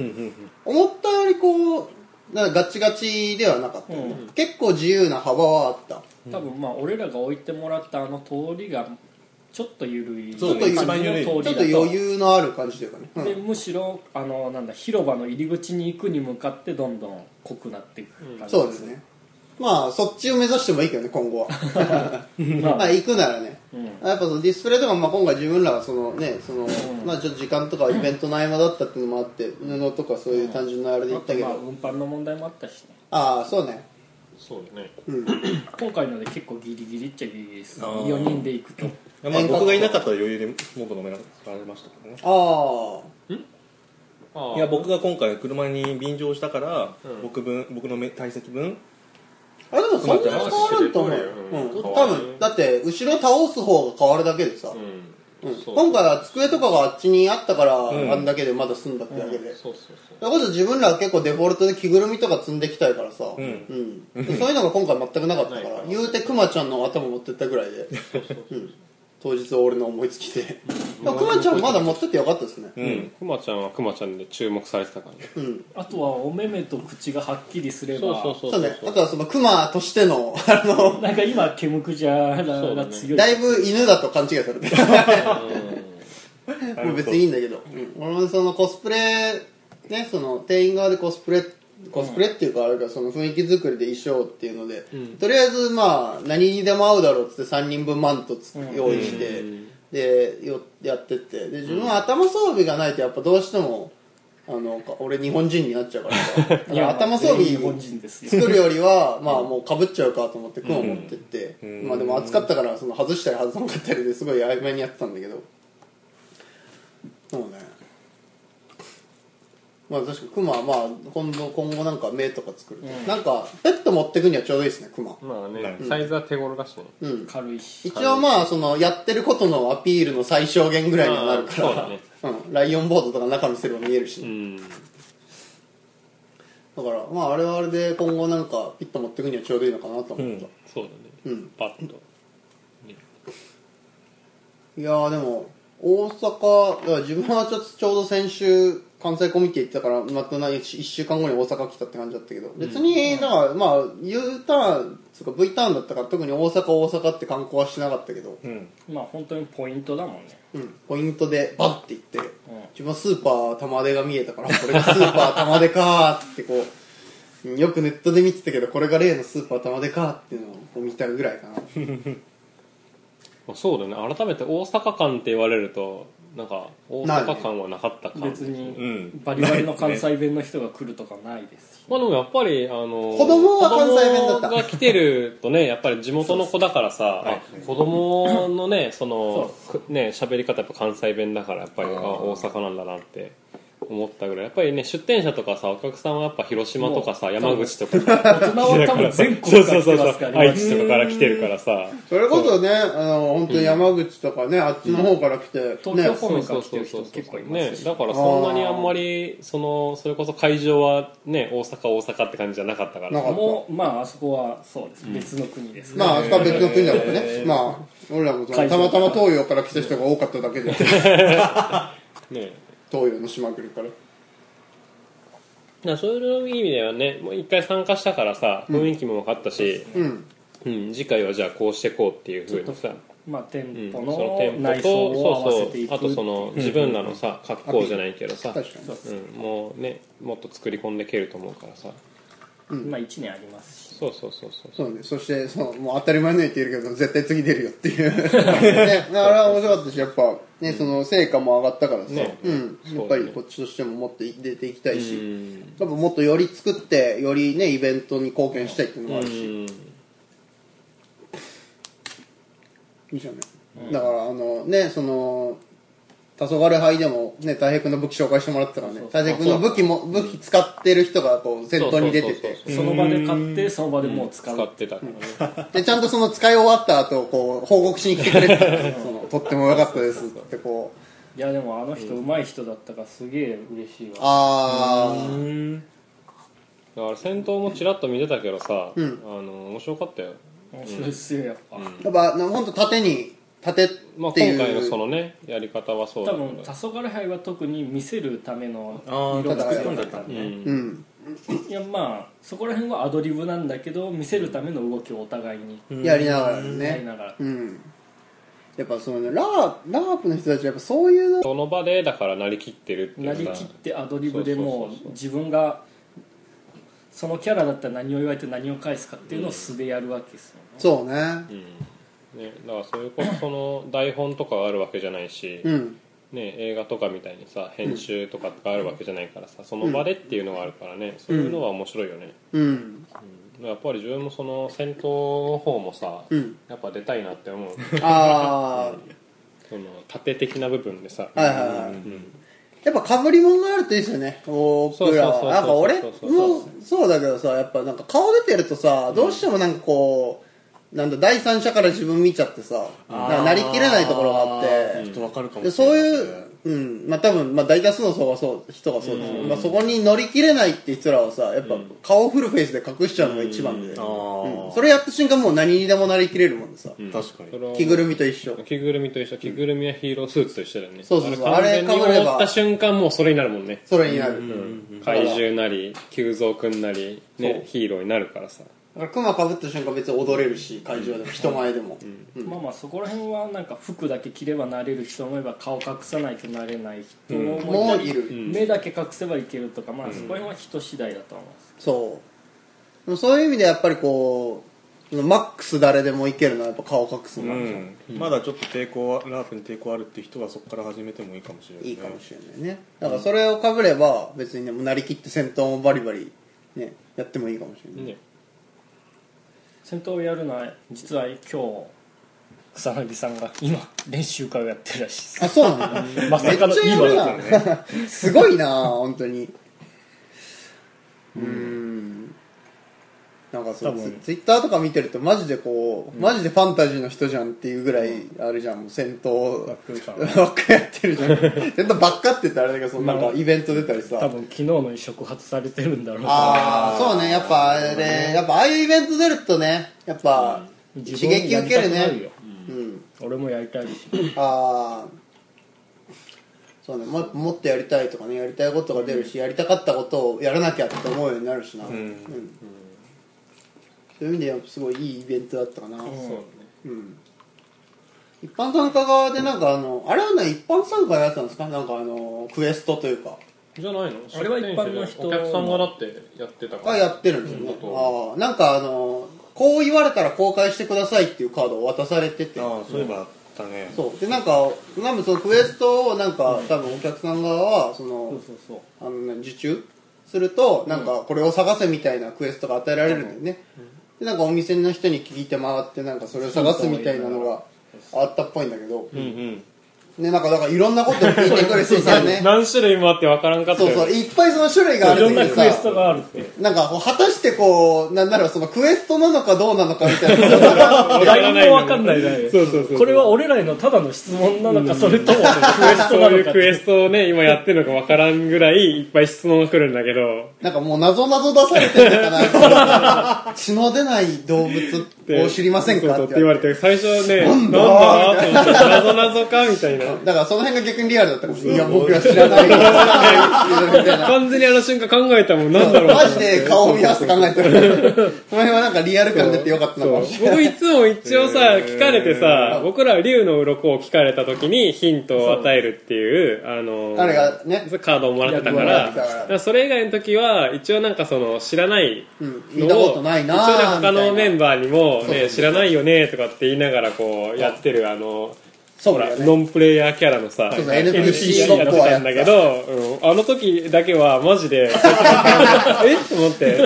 Speaker 2: 思ったよりこう、なんかガチガチではなかったよね、結構自由な幅はあった。
Speaker 1: 多分まあ俺らが置いてもらったあの通りがちょっと緩い
Speaker 4: そう
Speaker 2: ね
Speaker 1: 感じの
Speaker 2: 一番
Speaker 4: 緩い
Speaker 1: 通り
Speaker 2: ち
Speaker 1: だ
Speaker 2: ょっと余裕のある感じというかね。うん
Speaker 1: でむしろあのなんだ広場の入り口に行くに向かってどんどん濃くなっていく感じ
Speaker 2: そうですね。まあ、そっちを目指してもいいけどね、今後は。
Speaker 1: まあ
Speaker 2: まあ、行くならね。
Speaker 1: ん
Speaker 2: やっぱそのディスプレイとかも、まあ、今回自分らがそのね、その、まあ、ちょっと時間とかイベントの合間だったっていうのもあって、布とかそういう単純なあれで行
Speaker 1: あ
Speaker 2: った
Speaker 1: と
Speaker 2: け
Speaker 1: ま
Speaker 2: ど。
Speaker 1: あ運搬の問題もあったしね
Speaker 2: ああ、そうね。
Speaker 3: そうだね
Speaker 2: うん。
Speaker 1: 今回ので結構ギリギリっちゃギリギリです4人で行くと
Speaker 4: まあ僕がいなかったら余裕でもっと飲められましたけどね
Speaker 2: ああ。
Speaker 3: ああ
Speaker 4: いや僕が今回車に便乗したから、僕分僕のめ体積分
Speaker 2: あでもそんな変わらんと思うよ、
Speaker 3: う
Speaker 2: うんん、多分だって後ろ倒す方が変わるだけでさ、
Speaker 3: う
Speaker 2: うんん
Speaker 3: そう
Speaker 2: 今回は机とかがあっちにあったから、
Speaker 4: ん
Speaker 2: あんだけでまだ済んだってだけで、
Speaker 3: そうそうそう
Speaker 2: だから自分らは結構デフォルトで着ぐるみとか積んできたいからさ、うんそういうのが今回全くなかったか
Speaker 3: ないから
Speaker 2: ら言うてクマちゃんの頭持ってったぐらい で、うん当日は俺の 思いつきででもクマちゃんまだ持ってってよかったですね
Speaker 3: うんくまちゃんはくまちゃんで注目されてたからね
Speaker 2: うん
Speaker 1: あとはお目目と口がはっきりすれば
Speaker 3: そう
Speaker 2: そうねあとはそのクマとしてのあの
Speaker 1: なんか今ケムクジャ
Speaker 3: そ
Speaker 1: ラ
Speaker 3: うだ
Speaker 1: が
Speaker 3: ね
Speaker 1: 強い、
Speaker 2: だいぶ犬だと勘違いされ てる もう別にいいんだけど、うん俺もそのコスプレねその店員側でコスプレコスプレっていうかあれかその雰囲気作りで衣装っていうので、とりあえずまあ何にでも合うだろうっつって3人分マントつ用意して、でよやってってで自分は頭装備がないとやっぱどうしてもあのか俺日本人になっちゃうからさだか
Speaker 1: いやま
Speaker 2: ら
Speaker 1: あ
Speaker 2: 頭装備
Speaker 1: 全員日本人ですよ
Speaker 2: 作るよりはまあもうかぶっちゃうかと思って雲持ってって、まあでも暑かったからその外したり外さなかったりですごい曖昧にやってたんだけどそうねまあ確かにクマはまあ今度今後なんか目とか作ると、なんかペット持ってくにはちょうどいいですねクマ
Speaker 3: まあねサイズは手頃だしね
Speaker 2: うん
Speaker 1: 軽いし
Speaker 2: 一応まあそのやってることのアピールの最小限ぐらいにはなるから、
Speaker 3: まあそうだね
Speaker 2: うん、ライオンボードとか中見せれば見えるし、
Speaker 3: うん
Speaker 2: だからまああれはあれで今後なんかピッと持ってくにはちょうどいいのかなと思った、
Speaker 3: そうだね
Speaker 2: うん
Speaker 3: パッと
Speaker 2: いやーでも大阪だから自分はちょっとちょうど先週関西コミュニティ行ってたからまたな1週間後に大阪来たって感じだったけど別にだからまあ U ターンつうか V ターンだったから特に大阪大阪って観光はしなかったけど、
Speaker 4: うん
Speaker 1: まあ本当にポイントだもんね
Speaker 2: うん、ポイントでバッて行って、自分はスーパー玉出が見えたからこれがスーパー玉出かーってこううんよくネットで見てたけどこれが例のスーパー玉出かーっていうのをこう見たぐらいかな
Speaker 3: まあそうだね改めて大阪感って言われるとなんか大阪感はなかった感
Speaker 1: 別
Speaker 4: う
Speaker 1: に
Speaker 4: ん
Speaker 1: バリバリの関西弁の人が来るとかないですし
Speaker 3: まあでもやっぱりあの
Speaker 2: 子供は関西弁だった
Speaker 3: 子供が来てるとねやっぱり地元の子だからさ、
Speaker 4: そうそう
Speaker 3: あ子供のねそのくね喋り方やっぱ関西弁だからやっぱりあ大阪なんだなって思ったぐらいやっぱりね出店者とかさお客さんはやっぱ広島とかさ
Speaker 1: もう
Speaker 3: 山口とかから
Speaker 1: 大人は多分全
Speaker 3: そ
Speaker 1: 国
Speaker 3: う
Speaker 1: か
Speaker 3: そ
Speaker 1: ら
Speaker 3: う
Speaker 1: 来
Speaker 3: そ
Speaker 1: て
Speaker 3: うそ
Speaker 1: ま
Speaker 3: う
Speaker 1: すから
Speaker 3: 愛
Speaker 1: 今
Speaker 3: 知とかから来てるからさ
Speaker 2: それこそねあの本当に山口とかね、あっちの方から来て、
Speaker 1: 東
Speaker 2: ね
Speaker 1: 京方面から来てる人も結構いま
Speaker 3: ね
Speaker 1: すし
Speaker 3: だからそんなにあんまりそのそれこそ会場はね大阪大阪って感じじゃなかったから
Speaker 2: なかった
Speaker 1: もうまああそこはそうです、別の国ですね、
Speaker 2: まあ、あそこは別の国だからね。まあ、俺らもその
Speaker 1: 会場
Speaker 2: たまたま東洋から来た人が多かっただけで、 東
Speaker 3: ね
Speaker 2: 洋の島国から。
Speaker 3: だからそういう意味ではねもう一回参加したからさ雰囲気も分かったし、
Speaker 2: うん。
Speaker 3: うん次回はじゃあこうしてこうっていう
Speaker 1: ち
Speaker 3: ふう
Speaker 1: ょ
Speaker 3: に
Speaker 1: っと
Speaker 3: さ、
Speaker 1: まあ店
Speaker 3: うん、
Speaker 1: 舗の
Speaker 3: その店舗
Speaker 1: 内
Speaker 3: と
Speaker 1: 装を合わせ
Speaker 3: そう
Speaker 1: てい
Speaker 3: そ
Speaker 1: く
Speaker 3: うあとその自分らのさ格好じゃないけどさ、
Speaker 2: 確かに。
Speaker 3: うん、もうねもっと作り込んでいけると思うからさ
Speaker 1: まあ1年ありますし
Speaker 3: そうそうそうそう
Speaker 2: そうね。そして、その、もう当たり前のように言ってるけど、絶対次出るよって いう。ね、あれは面白かったし、やっぱ、ね、その、成果も上がったからさ、
Speaker 3: ね
Speaker 2: うん。
Speaker 3: そうだね
Speaker 2: やっぱりこっちとしてももっと出ていきたいうし、
Speaker 3: ん
Speaker 2: 多分もっとより作って、よりね、イベントに貢献したいっていうのもあるし、
Speaker 3: うん
Speaker 2: いいじゃない。だから、あの、ね、その、黄昏杯でもね、たい平君の武器紹介してもらってたからね、たい平君の武器も、武器使ってる人がこう、先頭に出て
Speaker 3: そうそう
Speaker 2: て
Speaker 3: そう、
Speaker 1: その場で買ってその場でもう使う、
Speaker 3: 使ってたからね、
Speaker 2: で、ちゃんとその使い終わった後、こう、報告しに来てくれ て、その、とっても良かったですってこう、
Speaker 1: いやでもあの人上手い人だったからすげえ嬉しいわ
Speaker 2: あー、
Speaker 3: だから戦闘もちらっと見てたけどさ、
Speaker 2: ん
Speaker 3: あの面白かったよ
Speaker 1: 面白いっすよやっぱ、
Speaker 2: やっぱ、ほんと縦に、縦って
Speaker 3: まあ、今
Speaker 2: いう、
Speaker 3: 回のそのねやり方はそうだ
Speaker 1: 多
Speaker 3: けど
Speaker 1: 分黄昏杯は特に見せるための
Speaker 4: ああ
Speaker 1: 色が強か
Speaker 4: だ
Speaker 1: っ
Speaker 4: った
Speaker 1: た
Speaker 4: ね
Speaker 1: ね
Speaker 2: うん。
Speaker 1: いやまあそこら辺はアドリブなんだけど見せるための動きをお互いに
Speaker 2: やりながら
Speaker 1: やり
Speaker 2: ね。
Speaker 1: ながら
Speaker 2: うん。やっぱそのね、ラー、ラープの人たちはやっぱそういうの、
Speaker 3: その場でだからなりきってるっていう
Speaker 1: な
Speaker 3: か
Speaker 1: りきってアドリブでも
Speaker 3: そうそうそう
Speaker 1: う
Speaker 3: そう
Speaker 1: 自分がそのキャラだったら何を言われて何を返すかっていうのを素でやるわけですよね
Speaker 2: そうね。
Speaker 3: うんね、だからそ ういうことその台本とかがあるわけじゃないし、
Speaker 2: うん。
Speaker 3: ね、映画とかみたいにさ編集とかがあるわけじゃないからさその場でっていうのがあるからね、そういうのは面白いよね、
Speaker 2: うん。
Speaker 3: うんやっぱり自分もその戦闘の方もさ、
Speaker 2: うん
Speaker 3: やっぱ出たいなって思う
Speaker 2: あ
Speaker 3: その盾的な部分でさ、
Speaker 2: あ、はいはいはい。
Speaker 3: うん
Speaker 2: やっぱかぶり物があるといいですよね僕ら
Speaker 3: そうそうそうそう
Speaker 2: はなんか俺
Speaker 3: そう
Speaker 2: も
Speaker 3: そうそう
Speaker 2: そうだけどさやっぱなんか顔出てるとさどうしてもなんかこうなんだ第三者から自分見ちゃってさなんかなりきれないところがあって
Speaker 4: ちょっとわかるかもしれない
Speaker 2: でそういう、うん、まあ多分、まあ大多数の層がそう、人がそうですね。まあそこに乗り切れないって人らはさ、やっぱ顔をフルフェイスで隠しちゃうのが一番で。
Speaker 4: あ
Speaker 2: うん
Speaker 4: ー
Speaker 2: それやった瞬間もう何にでもなりきれるもんでさ。
Speaker 4: 確かに
Speaker 2: 着ぐるみと一緒。
Speaker 3: 着ぐるみと一緒着ぐるみやヒーロースーツと一緒だよね
Speaker 2: そうそうそう
Speaker 3: あれ完全に
Speaker 2: あれ被れば
Speaker 3: 覆った瞬間もうそれになるもんね
Speaker 2: それになる。
Speaker 3: 怪獣なり急蔵くんなり、ね、ヒーローになるからさ
Speaker 2: だから熊かぶった瞬間別に踊れるし、会場でも人前でも。
Speaker 1: まあまあそこら辺はなんか服だけ着ればなれる人もいれば顔隠さないとなれない人もいたり
Speaker 2: もういる
Speaker 1: 目だけ隠せばいけるとかまあそこら辺は人次第だと思います
Speaker 2: そう。でもそういう意味でやっぱりこう、マックス誰でもいけるのはやっぱ顔隠す
Speaker 4: う
Speaker 2: のが
Speaker 4: んまだちょっと抵抗はラープに抵抗あるって人はそこから始めてもいいかもしれないね
Speaker 2: いいかもしれないね。だからそれをかぶれば別にね、もうなりきって戦闘もバリバリ、ね、やってもいいかもしれない。
Speaker 3: ね
Speaker 1: 戦闘をやるのは実は今日草薙さんが今練習会をやってるらしい です
Speaker 2: あ、そうなんだ。
Speaker 1: まさかの今だった
Speaker 2: めっちゃやるなすごいな本当に。うーん。なんかそ
Speaker 1: 多
Speaker 2: う、ツ
Speaker 1: 分
Speaker 2: ツイッターとか見てるとマジでこう、マジでファンタジーの人じゃんっていうぐらいあるじゃん、もう戦闘ば
Speaker 1: 枠 感
Speaker 2: っかやって るじゃん。戦闘ばっかって言ったらあれだけど、そのなんか
Speaker 1: うん
Speaker 2: イベント出たりさ。
Speaker 1: 多分昨日のに触発されてるんだろう
Speaker 2: ああ、そうね、やっぱあれ、やっぱああいうイベント出るとね、やっぱ刺
Speaker 1: 自
Speaker 2: 激
Speaker 1: 分もや
Speaker 2: 受
Speaker 1: り
Speaker 2: け
Speaker 1: た
Speaker 2: る
Speaker 1: くな
Speaker 2: ね
Speaker 1: る。よ
Speaker 2: うん。
Speaker 1: 俺もやりたいし
Speaker 2: ああそうねももっとやりたいとかねやりたいことが出るし、やりたかったことをやらなきゃって思うようになるしな、うんそういう意味でやっぱすごいいいイベントだったかな、うん
Speaker 3: そうだね
Speaker 2: 一般参加側でなんかあのあれはね一般参加のやつなんですかなんかあのクエストというか
Speaker 3: じゃないの
Speaker 1: あれは一般の人
Speaker 3: お客さんがだってやってたから
Speaker 2: がやってるんですよね、ああなんかあのこう言われたら公開してくださいっていうカードを渡されてて
Speaker 4: ああそういえばあったね
Speaker 2: そうでなんかなんかそのクエストをなんか多分お客さん側はその、
Speaker 1: そうそうそう
Speaker 2: あの、ね、受注するとなんかこれを探せみたいなクエストが与えられるんだよね、でなんかお店の人に聞いて回ってなんかそれを探すみたいなのがあったっぽいんだけど、
Speaker 4: うんうん
Speaker 2: ねなんかだからいろんなことを聞いてくれてさ ね
Speaker 3: 何種類もあってわからんかった
Speaker 2: そうそういっぱいその種類があ
Speaker 1: いろ
Speaker 2: る
Speaker 1: ん
Speaker 2: ん
Speaker 1: な
Speaker 2: だけど
Speaker 1: クエスト
Speaker 2: さ
Speaker 1: があるって
Speaker 2: なんかこう果たしてこうなんならそのクエストなのかどうなのかみたいな
Speaker 1: 誰もわかんないね
Speaker 3: そうそうそう
Speaker 1: これは俺らへのただの質問なのかそれともクエスト
Speaker 3: そ
Speaker 1: な
Speaker 3: うい
Speaker 1: の
Speaker 3: う
Speaker 1: か
Speaker 3: クエストをね今やってるのかわからんぐらいいっぱい質問が来るんだけど
Speaker 2: なんかもう謎謎出されてるのかな血の出ない動物を知りません
Speaker 3: そう
Speaker 2: か
Speaker 3: そう
Speaker 2: っ
Speaker 3: ってて
Speaker 2: 言
Speaker 3: 言
Speaker 2: わ
Speaker 3: わ
Speaker 2: れて
Speaker 3: れて最初はね
Speaker 2: なんだ
Speaker 3: なんだと思って謎謎かみたいな
Speaker 2: だからその辺が逆にリアルだったかもしれないいや僕ら知らないみたいな
Speaker 3: 完全にあの瞬間考えたもんなんだろうと思っ
Speaker 2: マ
Speaker 3: て
Speaker 2: ジで顔を見合わせて考えてる。その辺はなんかリアル感出てよかったのかもしれない。
Speaker 3: 僕いつも一応さ、聞かれてさ、僕らは竜の鱗を聞かれた時にヒントを与えるっていう、あのー、
Speaker 2: あれがね
Speaker 3: カードをもらってたか
Speaker 2: や
Speaker 3: ら、
Speaker 2: ってもらってたから
Speaker 3: それ以外の時は、一応なんかその、知らないのを
Speaker 2: うん、見たことないなぁ
Speaker 3: 一応ね他
Speaker 2: みたい
Speaker 3: の
Speaker 2: な
Speaker 3: メンバーにも、ね、知らないよねとかって言いながらこう、やってる、あの、
Speaker 2: そう
Speaker 3: ほ
Speaker 2: だ
Speaker 3: ら、
Speaker 2: よ
Speaker 3: ノ
Speaker 2: ね。
Speaker 3: ンプレイヤーキャラのさ、
Speaker 2: そうそう
Speaker 3: NPC
Speaker 2: NPC
Speaker 3: やってたんだけど、うんあの時だけはマジ で、えっと思って、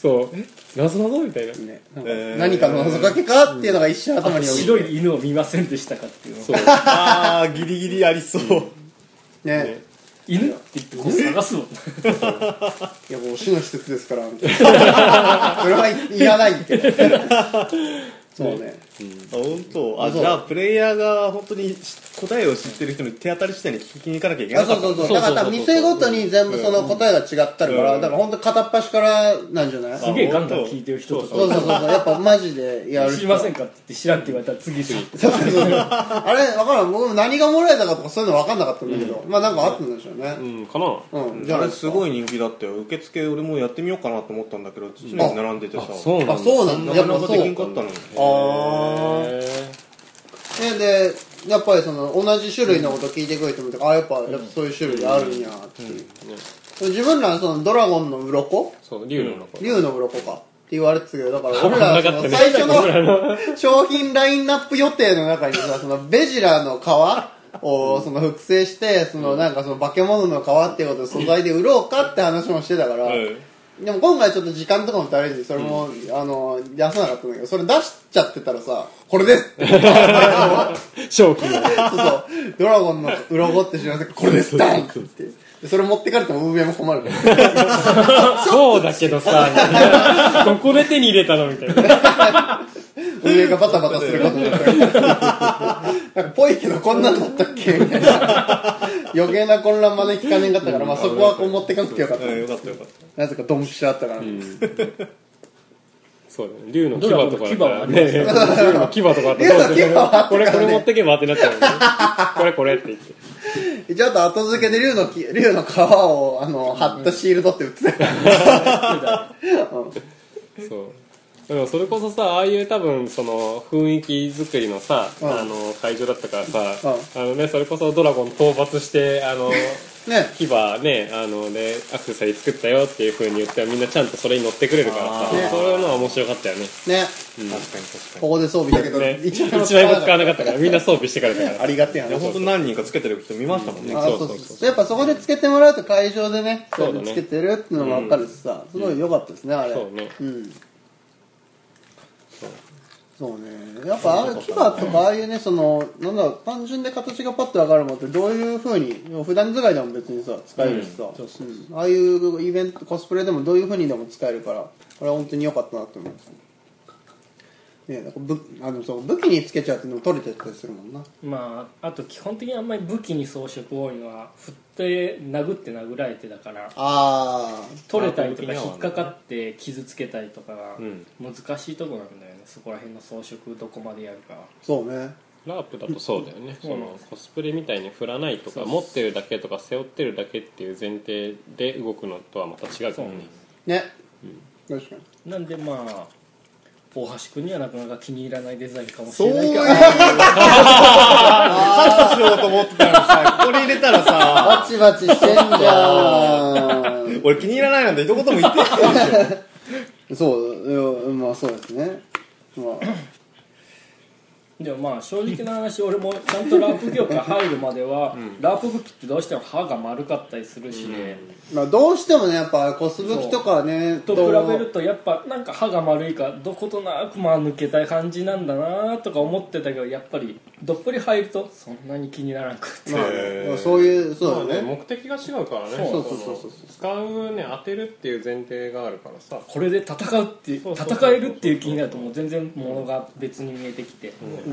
Speaker 3: そう、え謎謎みたいな。
Speaker 2: ね
Speaker 4: えー
Speaker 2: 何かの謎かけかっていうのが一瞬頭に
Speaker 1: 白
Speaker 2: い。
Speaker 1: い犬を見ませんでしたかっていうの
Speaker 3: そう。
Speaker 4: ああギリギリありそう
Speaker 2: ね。
Speaker 1: 犬って言ってこう探すもん
Speaker 2: いや、もう市の施設ですから。み たいなそれはいらない けど。そうね。
Speaker 4: あ本当あ
Speaker 2: そう
Speaker 4: じゃあプレイヤーが本当に答えを知ってる人に手当たり次第に聞きに行かなきゃいけな
Speaker 2: あ
Speaker 4: い
Speaker 2: そうそうそう。だから多分店ごとに全部その答えが違ったるから、だから本当片っ端からなんじゃない
Speaker 1: す
Speaker 2: そう
Speaker 1: げえガンガン聞いてる人とか
Speaker 2: そうそうそう。やっぱマジでやる。
Speaker 1: 知りませんかって言って知らんって言われたら次 次
Speaker 2: そうそうそうあれ、わからん。僕も何がもらえたかとかそういうの分かんなかったんだけど、まあなんかあったんでしょうね。
Speaker 3: うん、かな
Speaker 2: うん、
Speaker 4: あれすご
Speaker 2: い。
Speaker 4: い人気だったよ受付俺もやってみようかなと思ったんだけど常に並んでてさ
Speaker 3: そうなんだ
Speaker 2: あ、そうなんだ。
Speaker 4: な
Speaker 2: やっ
Speaker 4: かな
Speaker 2: ぱ
Speaker 4: か
Speaker 2: そ
Speaker 4: できん
Speaker 2: う。
Speaker 4: かったの
Speaker 2: あ
Speaker 3: へ
Speaker 2: ー。で、で、やっぱりその、同じ種類のこと聞いてくれても、あ、やっぱ、やっぱそういう種類あるんや、っていう。自分らはその、ドラゴンの鱗
Speaker 3: そう竜の鱗
Speaker 2: 竜の鱗か。って言われてたけど、だから俺 らはその最初 の商品ラインナップ予定の中にさ、そのベジラの皮をその複製して、そのなんかその化け物の皮っていうことで素材で売ろうかって話もしてたから、
Speaker 4: うん
Speaker 2: でも今回ちょっと時間とかも足りず、それも、あの、出さなかったんだけど、それ出しちゃってたらさ、これですって。
Speaker 1: 賞金を。
Speaker 2: そうそう。ドラゴンの鱗って知らせこれですダンってでそれ持ってかれても運営も困るから。
Speaker 1: そうだけどさ、どこで手に入れたのみたいな。
Speaker 2: 運営がバタバタすることになったなんか、ぽいけどこんなんだったっけみたいな。余計な混乱招きかねんかったから、まあそこはこう持ってかなくてよかった
Speaker 4: う。んよかったよかっ
Speaker 2: なぜかドンピシャだったから。
Speaker 3: そうだね。竜の牙とかだったらね。
Speaker 1: ド
Speaker 3: 竜の牙とかあったらどうし
Speaker 2: 竜の牙はあったからね
Speaker 3: ようこれこれ持ってけばってなっちゃうよね。これこれって言って。
Speaker 2: ちょっと後付けで竜のき竜の皮をあの貼ったシールドって売ってたから、
Speaker 3: そうでもそれこそさああいう多分その雰囲気作りのさ、
Speaker 2: うん
Speaker 3: あの会場だったからさ、あのねそれこそドラゴン討伐してあの
Speaker 2: ね
Speaker 3: 牙ねあのねアクセサリー作ったよっていう風に言ってはみんなちゃんとそれに乗ってくれるからさ
Speaker 4: あ
Speaker 3: そ
Speaker 2: ー
Speaker 3: ういうのは面白かったよね
Speaker 2: ね
Speaker 4: た、確かに確か
Speaker 2: ここで装備だけど、
Speaker 3: ね
Speaker 2: 一枚
Speaker 3: 一
Speaker 2: も
Speaker 3: 枚も
Speaker 2: 使わな
Speaker 3: 使
Speaker 2: か
Speaker 3: わ
Speaker 2: っ
Speaker 3: なかったからみんな装備してからだか
Speaker 2: た
Speaker 3: ら
Speaker 2: ありがてえ
Speaker 4: に
Speaker 2: な
Speaker 4: 本当何人かつけてる人見ましたもんね、
Speaker 2: あそうそうそうやっぱそこでつけてもらうと会場でね
Speaker 3: そ
Speaker 2: そう
Speaker 3: だ
Speaker 2: う
Speaker 3: ね
Speaker 2: つけてるっていうのも分かるしさ、すごい良かったですねあれ
Speaker 3: そうね
Speaker 2: んそうねやっぱああ牙とかああいうねそのなんだろう単純で形がパッと分かるものってどういうふうに普段使いでも別にさ使えるしさ、うんああいうイベントコスプレでもどういうふうにでも使えるからこれは本当に良かったなって思いますねなんか武あのそう武器につけちゃうっていうのも取れてたりするもんな
Speaker 1: まあ、あと基本的にあんまり武器に装飾多いのは、振って、殴って殴られてだから、
Speaker 2: あ
Speaker 1: 取れたりとか引っかかって傷つけたりとかが難しいとこなんだよね、そこら辺の装飾どこまでやるか
Speaker 2: あそうね
Speaker 3: ラープだとそうだよね、そのコスプレみたいに振らないとか持ってるだけとか背負ってるだけっていう前提で動くのとはまた違うからね
Speaker 2: ね、確かに
Speaker 1: なんでまあ大橋君にはなかなか気に入らないデザインかもし
Speaker 4: そう
Speaker 1: れ
Speaker 4: い
Speaker 1: ないうけど
Speaker 4: カットしようと思ってたのにさこれ入れたらさ
Speaker 2: バチバチしてんじゃん
Speaker 4: 俺気に入らないなんて一言も言ってない
Speaker 2: そういやまあそうですねまあ
Speaker 1: でもまあ正直な話俺もちゃんとラープ業界入るまでは、ラープ武器ってどうしても歯が丸かったりするしね、
Speaker 2: まあどうしてもねやっぱコス吹きとかね
Speaker 1: と
Speaker 2: どう
Speaker 1: 比べるとやっぱなんか歯が丸いからどことなくまあ抜けた感じなんだなとか思ってたけどやっぱりどっぷり入るとそんなに気にならなくて
Speaker 2: ま
Speaker 4: へ
Speaker 2: あ
Speaker 4: ー
Speaker 2: そういうそう
Speaker 3: まあ
Speaker 2: だね
Speaker 3: ね目的が違うからね
Speaker 2: そうそうそうそう
Speaker 3: の使うね当てるっていう前提があるからさ
Speaker 1: これで戦うっていう
Speaker 3: そうそうそう
Speaker 1: 戦えるっていう気になるともう全然ものが別に見えてきて、
Speaker 2: まあ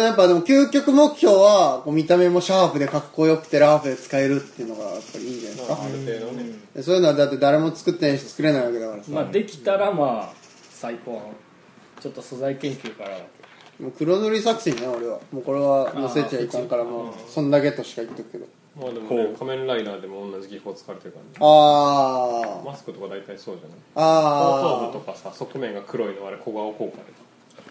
Speaker 2: やっぱでも究極目標はこう見た目もシャープでかっこよくてラープで使えるっていうのがやっぱりいいんじゃないですか、
Speaker 3: ある程度ね
Speaker 2: そういうのはだって誰も作ってないし作れないわけだからさ、
Speaker 1: まあできたらまあ最高のちょっと素材研究からだけ
Speaker 2: もう黒塗り作戦ね俺はもうこれは載せちゃいかんからもうそんだけとしか言っとくけど
Speaker 3: まあでもね仮面ライダーでも同じ技法使われてるからね
Speaker 2: あー
Speaker 3: マスクとか大体そうじゃない
Speaker 2: あー
Speaker 3: 後頭部とかさ側面が黒いのあれ小顔効果で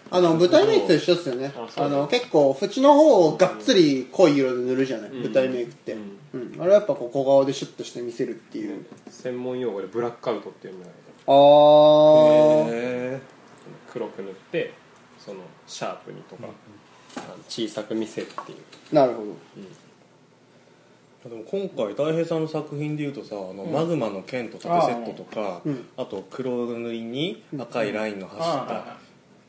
Speaker 2: あの舞台メイクと一緒ですよね
Speaker 3: あそう
Speaker 2: あ
Speaker 3: だね
Speaker 2: の結構縁の方をがっつり濃い色で塗るじゃない、舞台メイクって、うんあれはやっぱこう小顔でシュッとして見せるっていう、
Speaker 3: 専門用語でブラックアウトっていうんだけど
Speaker 2: あー、
Speaker 4: へ
Speaker 3: 黒く塗ってそのシャープにとかあの小さく見せるっていう
Speaker 2: なるほど
Speaker 4: ーでも今回大平さんの作品でいうとさあの、マグマの剣と盾セットとかあ,、
Speaker 2: ん
Speaker 4: と黒塗りに赤いラインの走っ
Speaker 1: あ
Speaker 4: た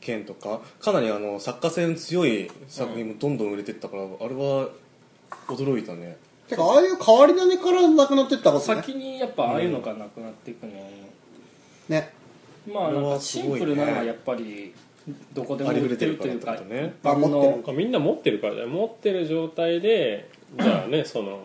Speaker 4: 剣とかかなりあの作家性の強い作品もどんどん売れてったから、あれは驚いたね
Speaker 2: てかああいう変わり種からなくなってったことね
Speaker 1: 先にやっぱああいうのがなくなっていくね、
Speaker 2: ね
Speaker 1: まあなん
Speaker 4: これ
Speaker 1: か
Speaker 4: はす
Speaker 1: シ
Speaker 4: ご
Speaker 1: ン
Speaker 4: いね
Speaker 1: プルなのはやっぱりどこでも
Speaker 4: ありふ
Speaker 1: 売っ
Speaker 4: れ
Speaker 1: て
Speaker 4: て
Speaker 1: る
Speaker 4: る
Speaker 1: と
Speaker 4: から
Speaker 1: い
Speaker 4: っ
Speaker 1: う
Speaker 4: てこ
Speaker 1: か
Speaker 4: とね
Speaker 2: あ持ってる
Speaker 1: の
Speaker 2: のか
Speaker 3: まあみんな持ってるからだよ持ってる状態でじゃ あねその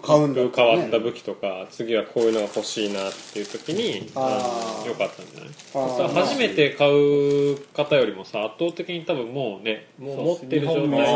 Speaker 2: 買うんだ
Speaker 3: 変
Speaker 2: ね
Speaker 3: わった武器とか次はこういうのが欲しいなっていう時に
Speaker 2: あー
Speaker 3: あのよかったんじゃない
Speaker 2: あ
Speaker 3: さ
Speaker 2: ー
Speaker 3: 初めて買う方よりもさ圧倒的に多分もうねもう持ってる状態でいや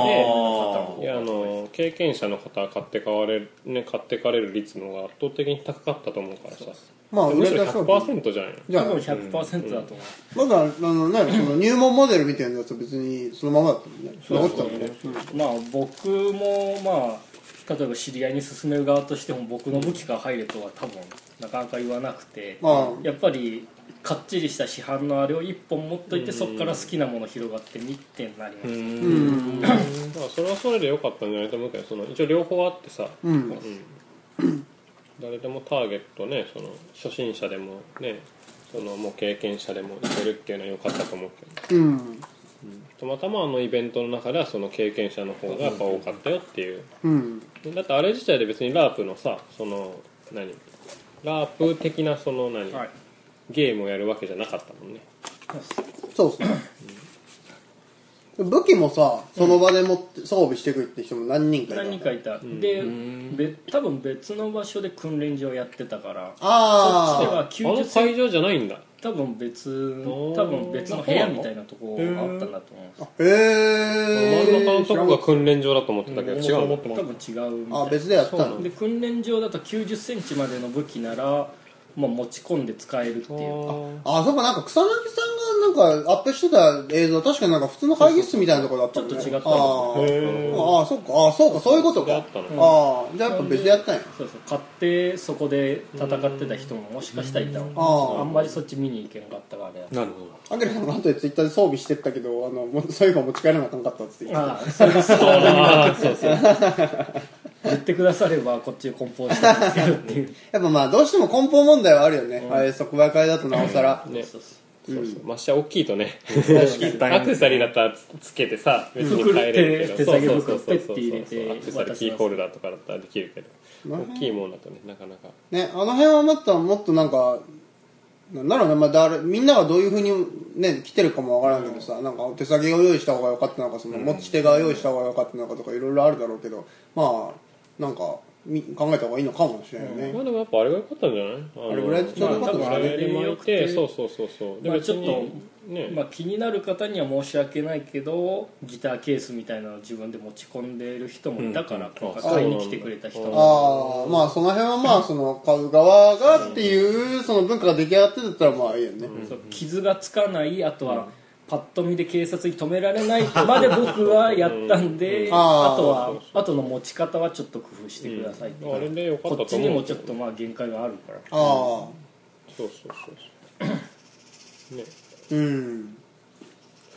Speaker 3: あの経験者の方は買って買われる、ね、買ってかれる率の方が圧倒的に高かったと思うからさ
Speaker 2: まあ売
Speaker 3: む
Speaker 2: れ
Speaker 3: しろ
Speaker 2: た商品
Speaker 3: 100%じゃないの
Speaker 2: じゃあ
Speaker 1: 多分100%だと思う、
Speaker 2: まだあのね その入門モデルみたいなやつは別にそのままだったもんね残ってたもんね
Speaker 1: まあ僕もまあ例えば知り合いに勧める側としても僕の武器が入れとは多分なかなか言わなくて、
Speaker 2: ああ
Speaker 1: やっぱりかっちりした市販のあれを1本持っといてそこから好きなもの広がって2点になりまし
Speaker 2: うん、
Speaker 3: まあそれはそれで良かったんじゃないと思うけどその一応両方あってさ、
Speaker 2: うん
Speaker 3: だ誰でもターゲットねその初心者でもねそのもう経験者でもいけるっていうのは良かったと思うけど
Speaker 2: うん
Speaker 3: たまたまあのイベントの中ではその経験者の方がやっぱ多かったよっていう
Speaker 2: うん
Speaker 3: でだってあれ自体で別にラープのさその何ラープ的なその何、
Speaker 1: はい
Speaker 3: ゲームをやるわけじゃなかったもんね
Speaker 2: そうっすね武器もさその場で持って装備してくって人も何人かいた
Speaker 1: 何人かいた、でべ多分別の場所で訓練場やってたからそっちで
Speaker 2: あ
Speaker 1: は
Speaker 3: あの
Speaker 1: 90歳
Speaker 3: 会場じゃないんだ
Speaker 1: 多分別
Speaker 3: おー
Speaker 1: 多分別の部屋みたいなとこがあったんだと思うんです
Speaker 2: あへえ
Speaker 3: 真ん中のとこが訓練場だと思ってたけど違うんだ
Speaker 1: 多分違うみたい
Speaker 2: あ
Speaker 1: な
Speaker 2: 別でやったの
Speaker 1: で訓練場だと9 0ンチまでの武器なら、まあ、持ち込んで使えるっていう
Speaker 2: あそうかなんか草薙さんがなんかアップしてた映像確かになんか普通の会議室みたいなところだったもんね
Speaker 1: ちょっと違った
Speaker 2: あ
Speaker 4: へ
Speaker 2: ーあーそっかあーそうかそういうことか
Speaker 3: 違
Speaker 2: あ
Speaker 3: った
Speaker 2: あーじゃあやっぱ別でやったんや
Speaker 1: そうそう買ってそこで戦ってた人ももしかしたらいたのか
Speaker 2: あ
Speaker 1: な
Speaker 2: ー
Speaker 1: あんまりそっち見に行けなかったからあれだ
Speaker 4: なるほど
Speaker 2: アンケルさんが後でツイッターで装備してったけどあのもうそういうの持ち帰らなあかんかったっつって言って
Speaker 1: ああそれがストーリーになって言ってくださればこっちで梱包してやるっていう
Speaker 2: やっぱまあどうしても根本問題はあるよね、ああいう即売会だとなおさら、
Speaker 3: ね
Speaker 1: そうそう
Speaker 3: そうそうましてや大きいとね
Speaker 4: 大変
Speaker 3: アクセサリーだったらつつけてさ別に変えれるけ
Speaker 1: 手
Speaker 3: ど
Speaker 1: 提げ
Speaker 3: そう
Speaker 1: 袋
Speaker 3: そうそうそう
Speaker 1: 手提げ袋ペッて入れて
Speaker 3: アクセサリーキーホルダーとかだったらできるけど大きいものだとねなかなか
Speaker 2: ねあの辺はもっともっとなんかなんだろうね、まあ、だれみんながどういうふうにね来てるかもわからんけどさ、なんか手先を用意した方が良かったのかその持ち手が用意した方が良かったのかとかいろいろあるだろうけどまあなんかみ考えた方がいいのかもしれないね、
Speaker 3: まあでもやっぱあれが良かったんじゃないあの
Speaker 2: あれぐらいでちょうど良かったです
Speaker 3: ま
Speaker 2: ね
Speaker 3: あ多分あれに巻い
Speaker 1: あれ
Speaker 3: て
Speaker 1: で
Speaker 3: そ
Speaker 1: 良
Speaker 3: う
Speaker 1: く
Speaker 3: そうそうそう
Speaker 1: まあちょっと
Speaker 3: 別にね
Speaker 1: まあ、気になる方には申し訳ないけどギターケースみたいなのを自分で持ち込んでる人もいたから、今回買いに来てくれた人も
Speaker 2: ああまあその辺はまあその買う側がっていうその文化が出来上がってたったらまあいいよね、
Speaker 1: そう傷がつかないあとはパッと見で警察に止められないまで僕はやったんで、
Speaker 2: んあー
Speaker 1: あとは後の持ち方はちょっと工夫してくださいって、
Speaker 3: あれで良かった
Speaker 1: こっち
Speaker 3: と
Speaker 1: に
Speaker 3: 思
Speaker 1: も
Speaker 3: う
Speaker 1: ちょっとまあ限界があるから
Speaker 2: ああ
Speaker 3: そうそうそうそうね
Speaker 2: うん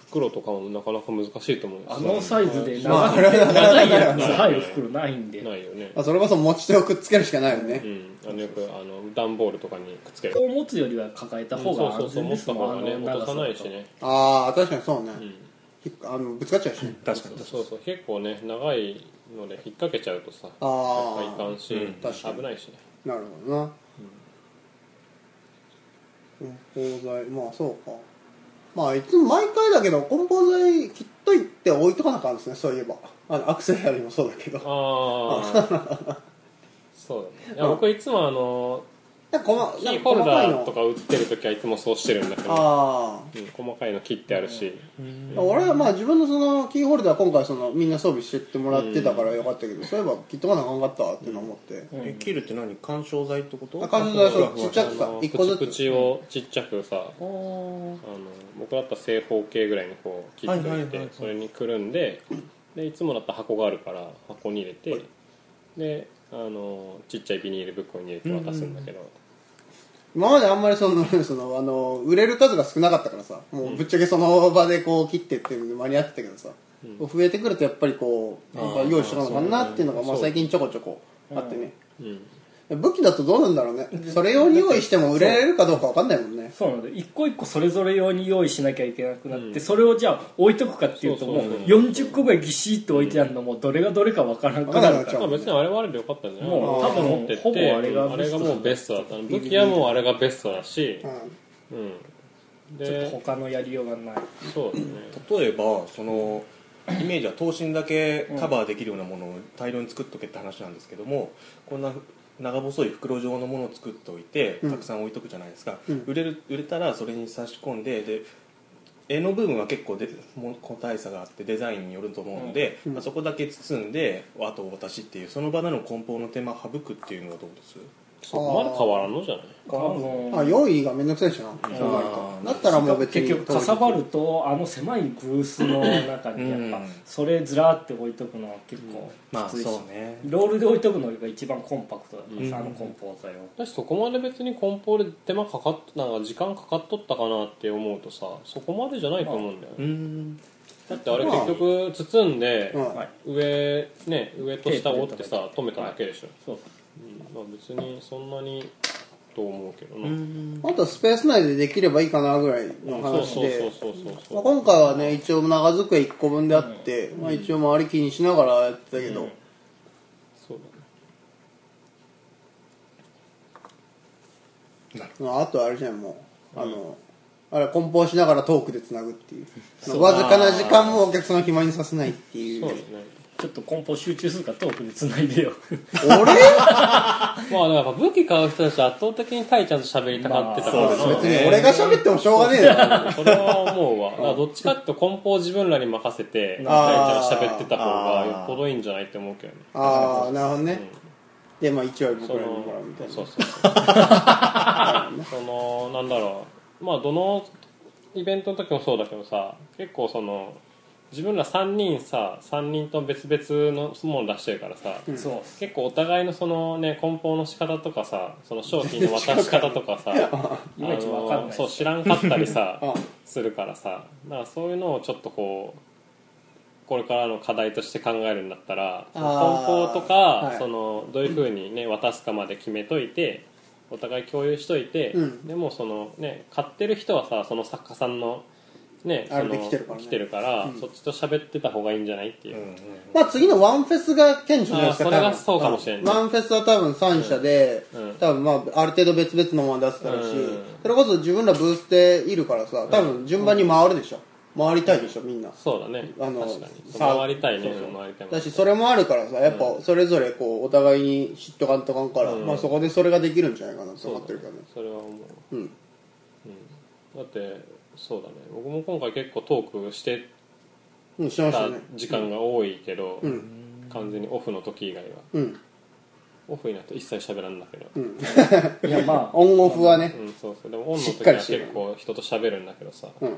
Speaker 3: 袋とかもなかなか難しいと思う
Speaker 1: あのサイズで
Speaker 2: まあ
Speaker 1: 長い長いやつ入る袋ないんで
Speaker 3: ないよね
Speaker 2: まあ、それこそ持ち手をくっつけるしかないよね
Speaker 3: う、んあのよくあの段ボールとかにくっつける
Speaker 1: こう持つよりは抱えた
Speaker 3: そ
Speaker 1: 方
Speaker 3: う
Speaker 1: が
Speaker 3: そう
Speaker 1: 安
Speaker 3: そう
Speaker 1: 全で
Speaker 3: 持っ
Speaker 1: す
Speaker 3: た
Speaker 1: も
Speaker 3: 方
Speaker 1: ん
Speaker 3: がね
Speaker 1: あの
Speaker 3: 落
Speaker 1: 長さ
Speaker 3: とさ
Speaker 1: だと
Speaker 3: ないしね
Speaker 2: ああ確かにそうね、ひっあのぶつかっちゃうしね
Speaker 4: 確かに
Speaker 3: そうそう結構ね長いので引っ掛けちゃうとさ
Speaker 2: あー
Speaker 3: やっぱいかんし、
Speaker 2: 確かに
Speaker 3: 危ないし ね
Speaker 2: なるほどな、梱包材まあそうかまあいつも毎回だけど梱包材切っといて置いとかなあかんですねそういえばあのアクセサリーもそうだけど
Speaker 3: ああそうだねいや僕いつもあの
Speaker 2: なんかこま
Speaker 3: キ
Speaker 2: なん
Speaker 3: ー
Speaker 2: か
Speaker 3: ホル
Speaker 2: 細かい
Speaker 3: ダー
Speaker 2: の
Speaker 3: とか売ってる時はいつもそうしてるんだけど、
Speaker 2: あ
Speaker 3: うん細かいの切ってあるし、
Speaker 2: あ俺はまあ自分のそのキーホルダー今回そのみんな装備してってもらってたからよかったけどそういえば切っとかなあかんかったわっていうのは思って、
Speaker 4: えキルって何緩衝材ってこと
Speaker 2: あ緩衝材そう
Speaker 4: ふわふわ
Speaker 2: ちっちゃくさ
Speaker 3: あの
Speaker 2: 一個ずつ
Speaker 3: 口をちっちゃくさ、あ
Speaker 4: あー
Speaker 3: の僕だったら正方形ぐらいにこう切っておいて、
Speaker 4: はいはいはいはい
Speaker 3: それにくるんででいつもだったら箱があるから箱に入れてであのちっちゃいビニール袋に入れて渡すんだけど、
Speaker 2: 今まであんまりそのそのあの売れる数が少なかったからさもうぶっちゃけその場でこう切ってっていうので間に合ってたけどさ、増えてくるとやっぱりこうなんか用意しとかなあかんなっていうのがまあ、最近ちょこちょこあってね、
Speaker 3: うん
Speaker 2: 武器だとどうなんだろうねそれ用に用意しても売れるかどうかわかんないもんね
Speaker 1: そうなので一個一個それぞれ用に用意しなきゃいけなくなって、それをじゃあ置いとくかっていうと
Speaker 3: そう
Speaker 1: も
Speaker 3: そうそう
Speaker 1: う40個ぐらいぎしっと置いてあるのもどれがどれかわからんく
Speaker 2: わか
Speaker 1: な
Speaker 2: らな
Speaker 1: る
Speaker 2: くな
Speaker 1: か
Speaker 2: っちゃ
Speaker 1: ら
Speaker 2: う
Speaker 3: まあ、別にあれはあれでよかったんじゃない
Speaker 1: もう
Speaker 3: 多分
Speaker 1: 多分
Speaker 3: 持ってって
Speaker 1: ほぼあれが
Speaker 3: うんあれがもうベストだったの武器はもうあれがベストだし、うん、
Speaker 1: ちょっと
Speaker 3: で
Speaker 1: 他のやりようがない
Speaker 3: そうだね
Speaker 4: 例えば そのイメージは頭身だけカバーできるようなものを大量に作っとけって話なんですけどもこんな長細い袋状のものを作っておいて
Speaker 2: うん
Speaker 4: たくさん置いとくじゃないですか、
Speaker 2: うん
Speaker 4: 売れる売れたらそれに差し込んでで絵の部分は結構でも個体差があってデザインによると思うので、
Speaker 2: うん
Speaker 4: まあ、そこだけ包んであと私っていうその場での梱包の手間を省くっていうのはどうです
Speaker 3: そこまで変わらんのじゃない
Speaker 1: 多分
Speaker 2: あ用意がめんどくさいしな、そうなるとだったらもう別に
Speaker 1: 結局かさばるとあの狭いブースの中にやっ
Speaker 4: うん
Speaker 1: ぱそれずらーって置いとくのは結構
Speaker 4: まあ
Speaker 1: きついし、
Speaker 4: そうね
Speaker 1: ロールで置いとくのが一番コンパクトだったんですあの梱包材を、
Speaker 3: 私そこまで別に梱包で手間かかっなんか時間かかっとったかなって思うとさそこまでじゃないと思うんだよね、
Speaker 4: うん
Speaker 3: だってあれ結局包んで
Speaker 2: うん
Speaker 1: はい
Speaker 3: 上ね上と下折ってさ止めただけでしょ、
Speaker 1: そう
Speaker 3: まあ別にそんなにと思うけどな、
Speaker 2: あとスペース内でできればいいかなぐらいの
Speaker 3: そ
Speaker 2: 話
Speaker 3: うそうそ
Speaker 2: で
Speaker 3: う、そうそう
Speaker 2: まあ、
Speaker 3: そう
Speaker 2: 今回はね一応長机1個分であって、まあ、一応周り気にしながらやってたけど、
Speaker 3: そうだね
Speaker 2: まああとあれじゃんもうあの、あれ梱包しながらトークでつなぐっていうわずかな時間もお客さんを暇にさせないっていう
Speaker 3: そうですね
Speaker 1: ちょっと梱包集中するからトークでつないでよ
Speaker 2: 俺
Speaker 3: まあでもやっぱ武器買う人たちは圧倒的にタイちゃんと喋りたがってたからな、
Speaker 4: まあそうです
Speaker 2: 別に俺が喋ってもしょうがねえだろ
Speaker 3: それは思うわだからどっちかっていうと梱包を自分らに任せて
Speaker 2: あー
Speaker 3: タイちゃんと喋ってた方がよっぽどいいんじゃないって思うけどね
Speaker 2: ああなるほどね、でまあ1割僕
Speaker 3: そ
Speaker 2: らにもら
Speaker 3: の
Speaker 2: うみたいな
Speaker 3: そうそうそうそのなんだろうまあどのイベントの時もそうだけどさ結構その自分ら3人さ3人とも別々のもの出してるからさ、
Speaker 1: そ
Speaker 3: 結構お互いのそのね梱包の仕方とかさその商品の渡し方と かさ
Speaker 1: いまいちわかんない
Speaker 3: あのそう知らんかったりさ
Speaker 2: あ
Speaker 3: するからさだからそういうのをちょっとこうこれからの課題として考えるんだったら梱
Speaker 2: あー
Speaker 3: 包とか、
Speaker 2: はい
Speaker 3: そのどういうふうにね渡すかまで決めといてお互い共有しといて、
Speaker 2: うん
Speaker 3: でもそのね買ってる人はさその作家さんのね
Speaker 2: あれで
Speaker 3: その
Speaker 2: 来てるからね
Speaker 3: 来てるからそっちと喋ってた方がいいんじゃないっていう、
Speaker 2: まあ次のワンフェスが顕著じゃないですか
Speaker 3: あーそれが
Speaker 2: 多分
Speaker 3: そうかもしれんね
Speaker 2: ワンフェスは多分3社で、
Speaker 3: うん
Speaker 2: 多分まあある程度別々のもの出すだろうし、
Speaker 3: うん
Speaker 2: それこそ自分らブースでいるからさ多分順番に回るでしょ、回りたいでしょみんな
Speaker 3: そうだね
Speaker 2: あの
Speaker 3: 確かに
Speaker 2: さ
Speaker 3: 回りたいね回りたいもん
Speaker 2: だしそれもあるからさやっぱそれぞれこうお互いに知っとかんとかんから、まあそこでそれができるんじゃないかなと
Speaker 3: そう
Speaker 2: 思
Speaker 3: だ
Speaker 2: ってるからね
Speaker 3: ねそれは思う
Speaker 2: うん
Speaker 3: だってそうだね僕も今回結構トークして
Speaker 2: うんしてました
Speaker 3: た
Speaker 2: ね
Speaker 3: 時間が多いけど、
Speaker 2: ん
Speaker 3: 完全にオフの時以外は
Speaker 2: うん
Speaker 3: オフになると一切喋らんだけど、うん
Speaker 1: ういやまあ
Speaker 2: オンオフはね
Speaker 3: そうそうでもオンの
Speaker 2: しっ
Speaker 3: 時
Speaker 2: か
Speaker 3: は
Speaker 2: りして
Speaker 3: 結
Speaker 2: る
Speaker 3: 構人と喋るんだけどさ、
Speaker 2: うん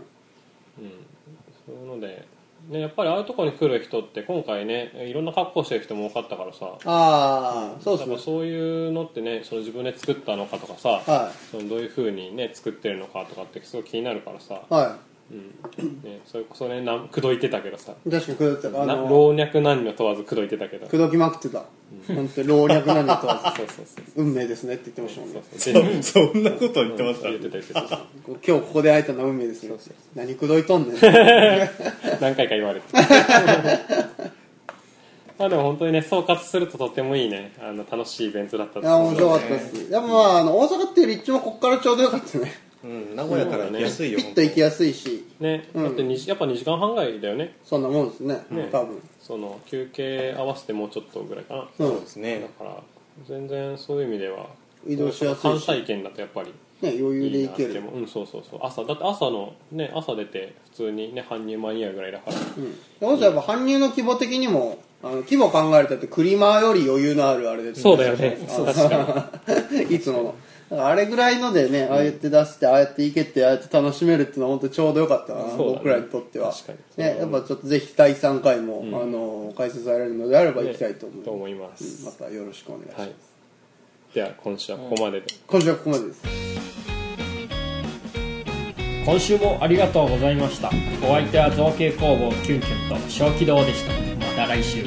Speaker 3: そういうので、ね、やっぱりああいうとこに来る人って今回ねいろんな格好してる人も多かったからさ
Speaker 2: ああそう
Speaker 3: や
Speaker 2: で
Speaker 3: っ
Speaker 2: す
Speaker 3: ぱ
Speaker 2: ね
Speaker 3: そういうのってねその自分で作ったのかとかさ、
Speaker 2: は
Speaker 3: そのどういうふうにね作ってるのかとかってすごい気になるからさ、
Speaker 2: いは
Speaker 3: うんね、それこそねなん口説いてたけどさ
Speaker 2: い確かにくどってたあ
Speaker 3: な
Speaker 2: の
Speaker 3: 老若男女問わず口説いてたけど
Speaker 2: 口説きまくってた本当に老若男女問わず
Speaker 3: そうそうそう
Speaker 2: 運命ですねって言ってましたもん
Speaker 3: そう
Speaker 2: ね
Speaker 3: そうで
Speaker 4: そんなこと言ってました
Speaker 3: 言ってた言ってた
Speaker 2: 今日ここで会えたのは運命ですね
Speaker 3: そう
Speaker 2: 何くどいと んねんは
Speaker 3: 何回か言わ れてまあでも本当にね総括するととってもいいねあの楽しいイベントだった
Speaker 2: いや面白かったですでもまああの大阪っていう立地もここからちょうどよかったね
Speaker 4: うん名古屋から行きやすい
Speaker 2: ピ
Speaker 4: よ
Speaker 2: ッと行きやすいし
Speaker 3: ね、だってにやっぱ2時間半ぐらいだよね
Speaker 2: そんなもんですね多分
Speaker 3: その休憩合わせてもうちょっとぐらいかな、
Speaker 2: う
Speaker 4: そうんですね
Speaker 3: だから全然そういう意味では
Speaker 2: 移動しやすいし
Speaker 3: 関西圏だとやっぱり
Speaker 2: ね余裕で
Speaker 3: い
Speaker 2: 行
Speaker 3: いなって
Speaker 2: ける
Speaker 3: もうんそうそうそう朝だって朝のね朝出て普通にね搬入間に合うぐらいだから
Speaker 2: それこそやっぱ搬入の規模的にもあの規模考えるとだってクリマーより余裕のあるあれで
Speaker 3: そうだよ ね
Speaker 2: あの いつものだからあれぐらいのでねああやって出してああやっていけってああやって楽しめるっていうのは本当ちょうどよかったな、
Speaker 3: そうだね
Speaker 2: 僕らにとっては
Speaker 3: 確かに
Speaker 2: ね、やっぱちょっとぜひ第3回も、あの開催されるのであれば行きたいと思います、
Speaker 3: と思います、
Speaker 2: またよろしくお願いします、
Speaker 3: はいでは今週はここまでで、
Speaker 2: 今週はここまでです
Speaker 1: 今週もありがとうございましたお相手は造形工房キュンキュンと小気道でしたまた来週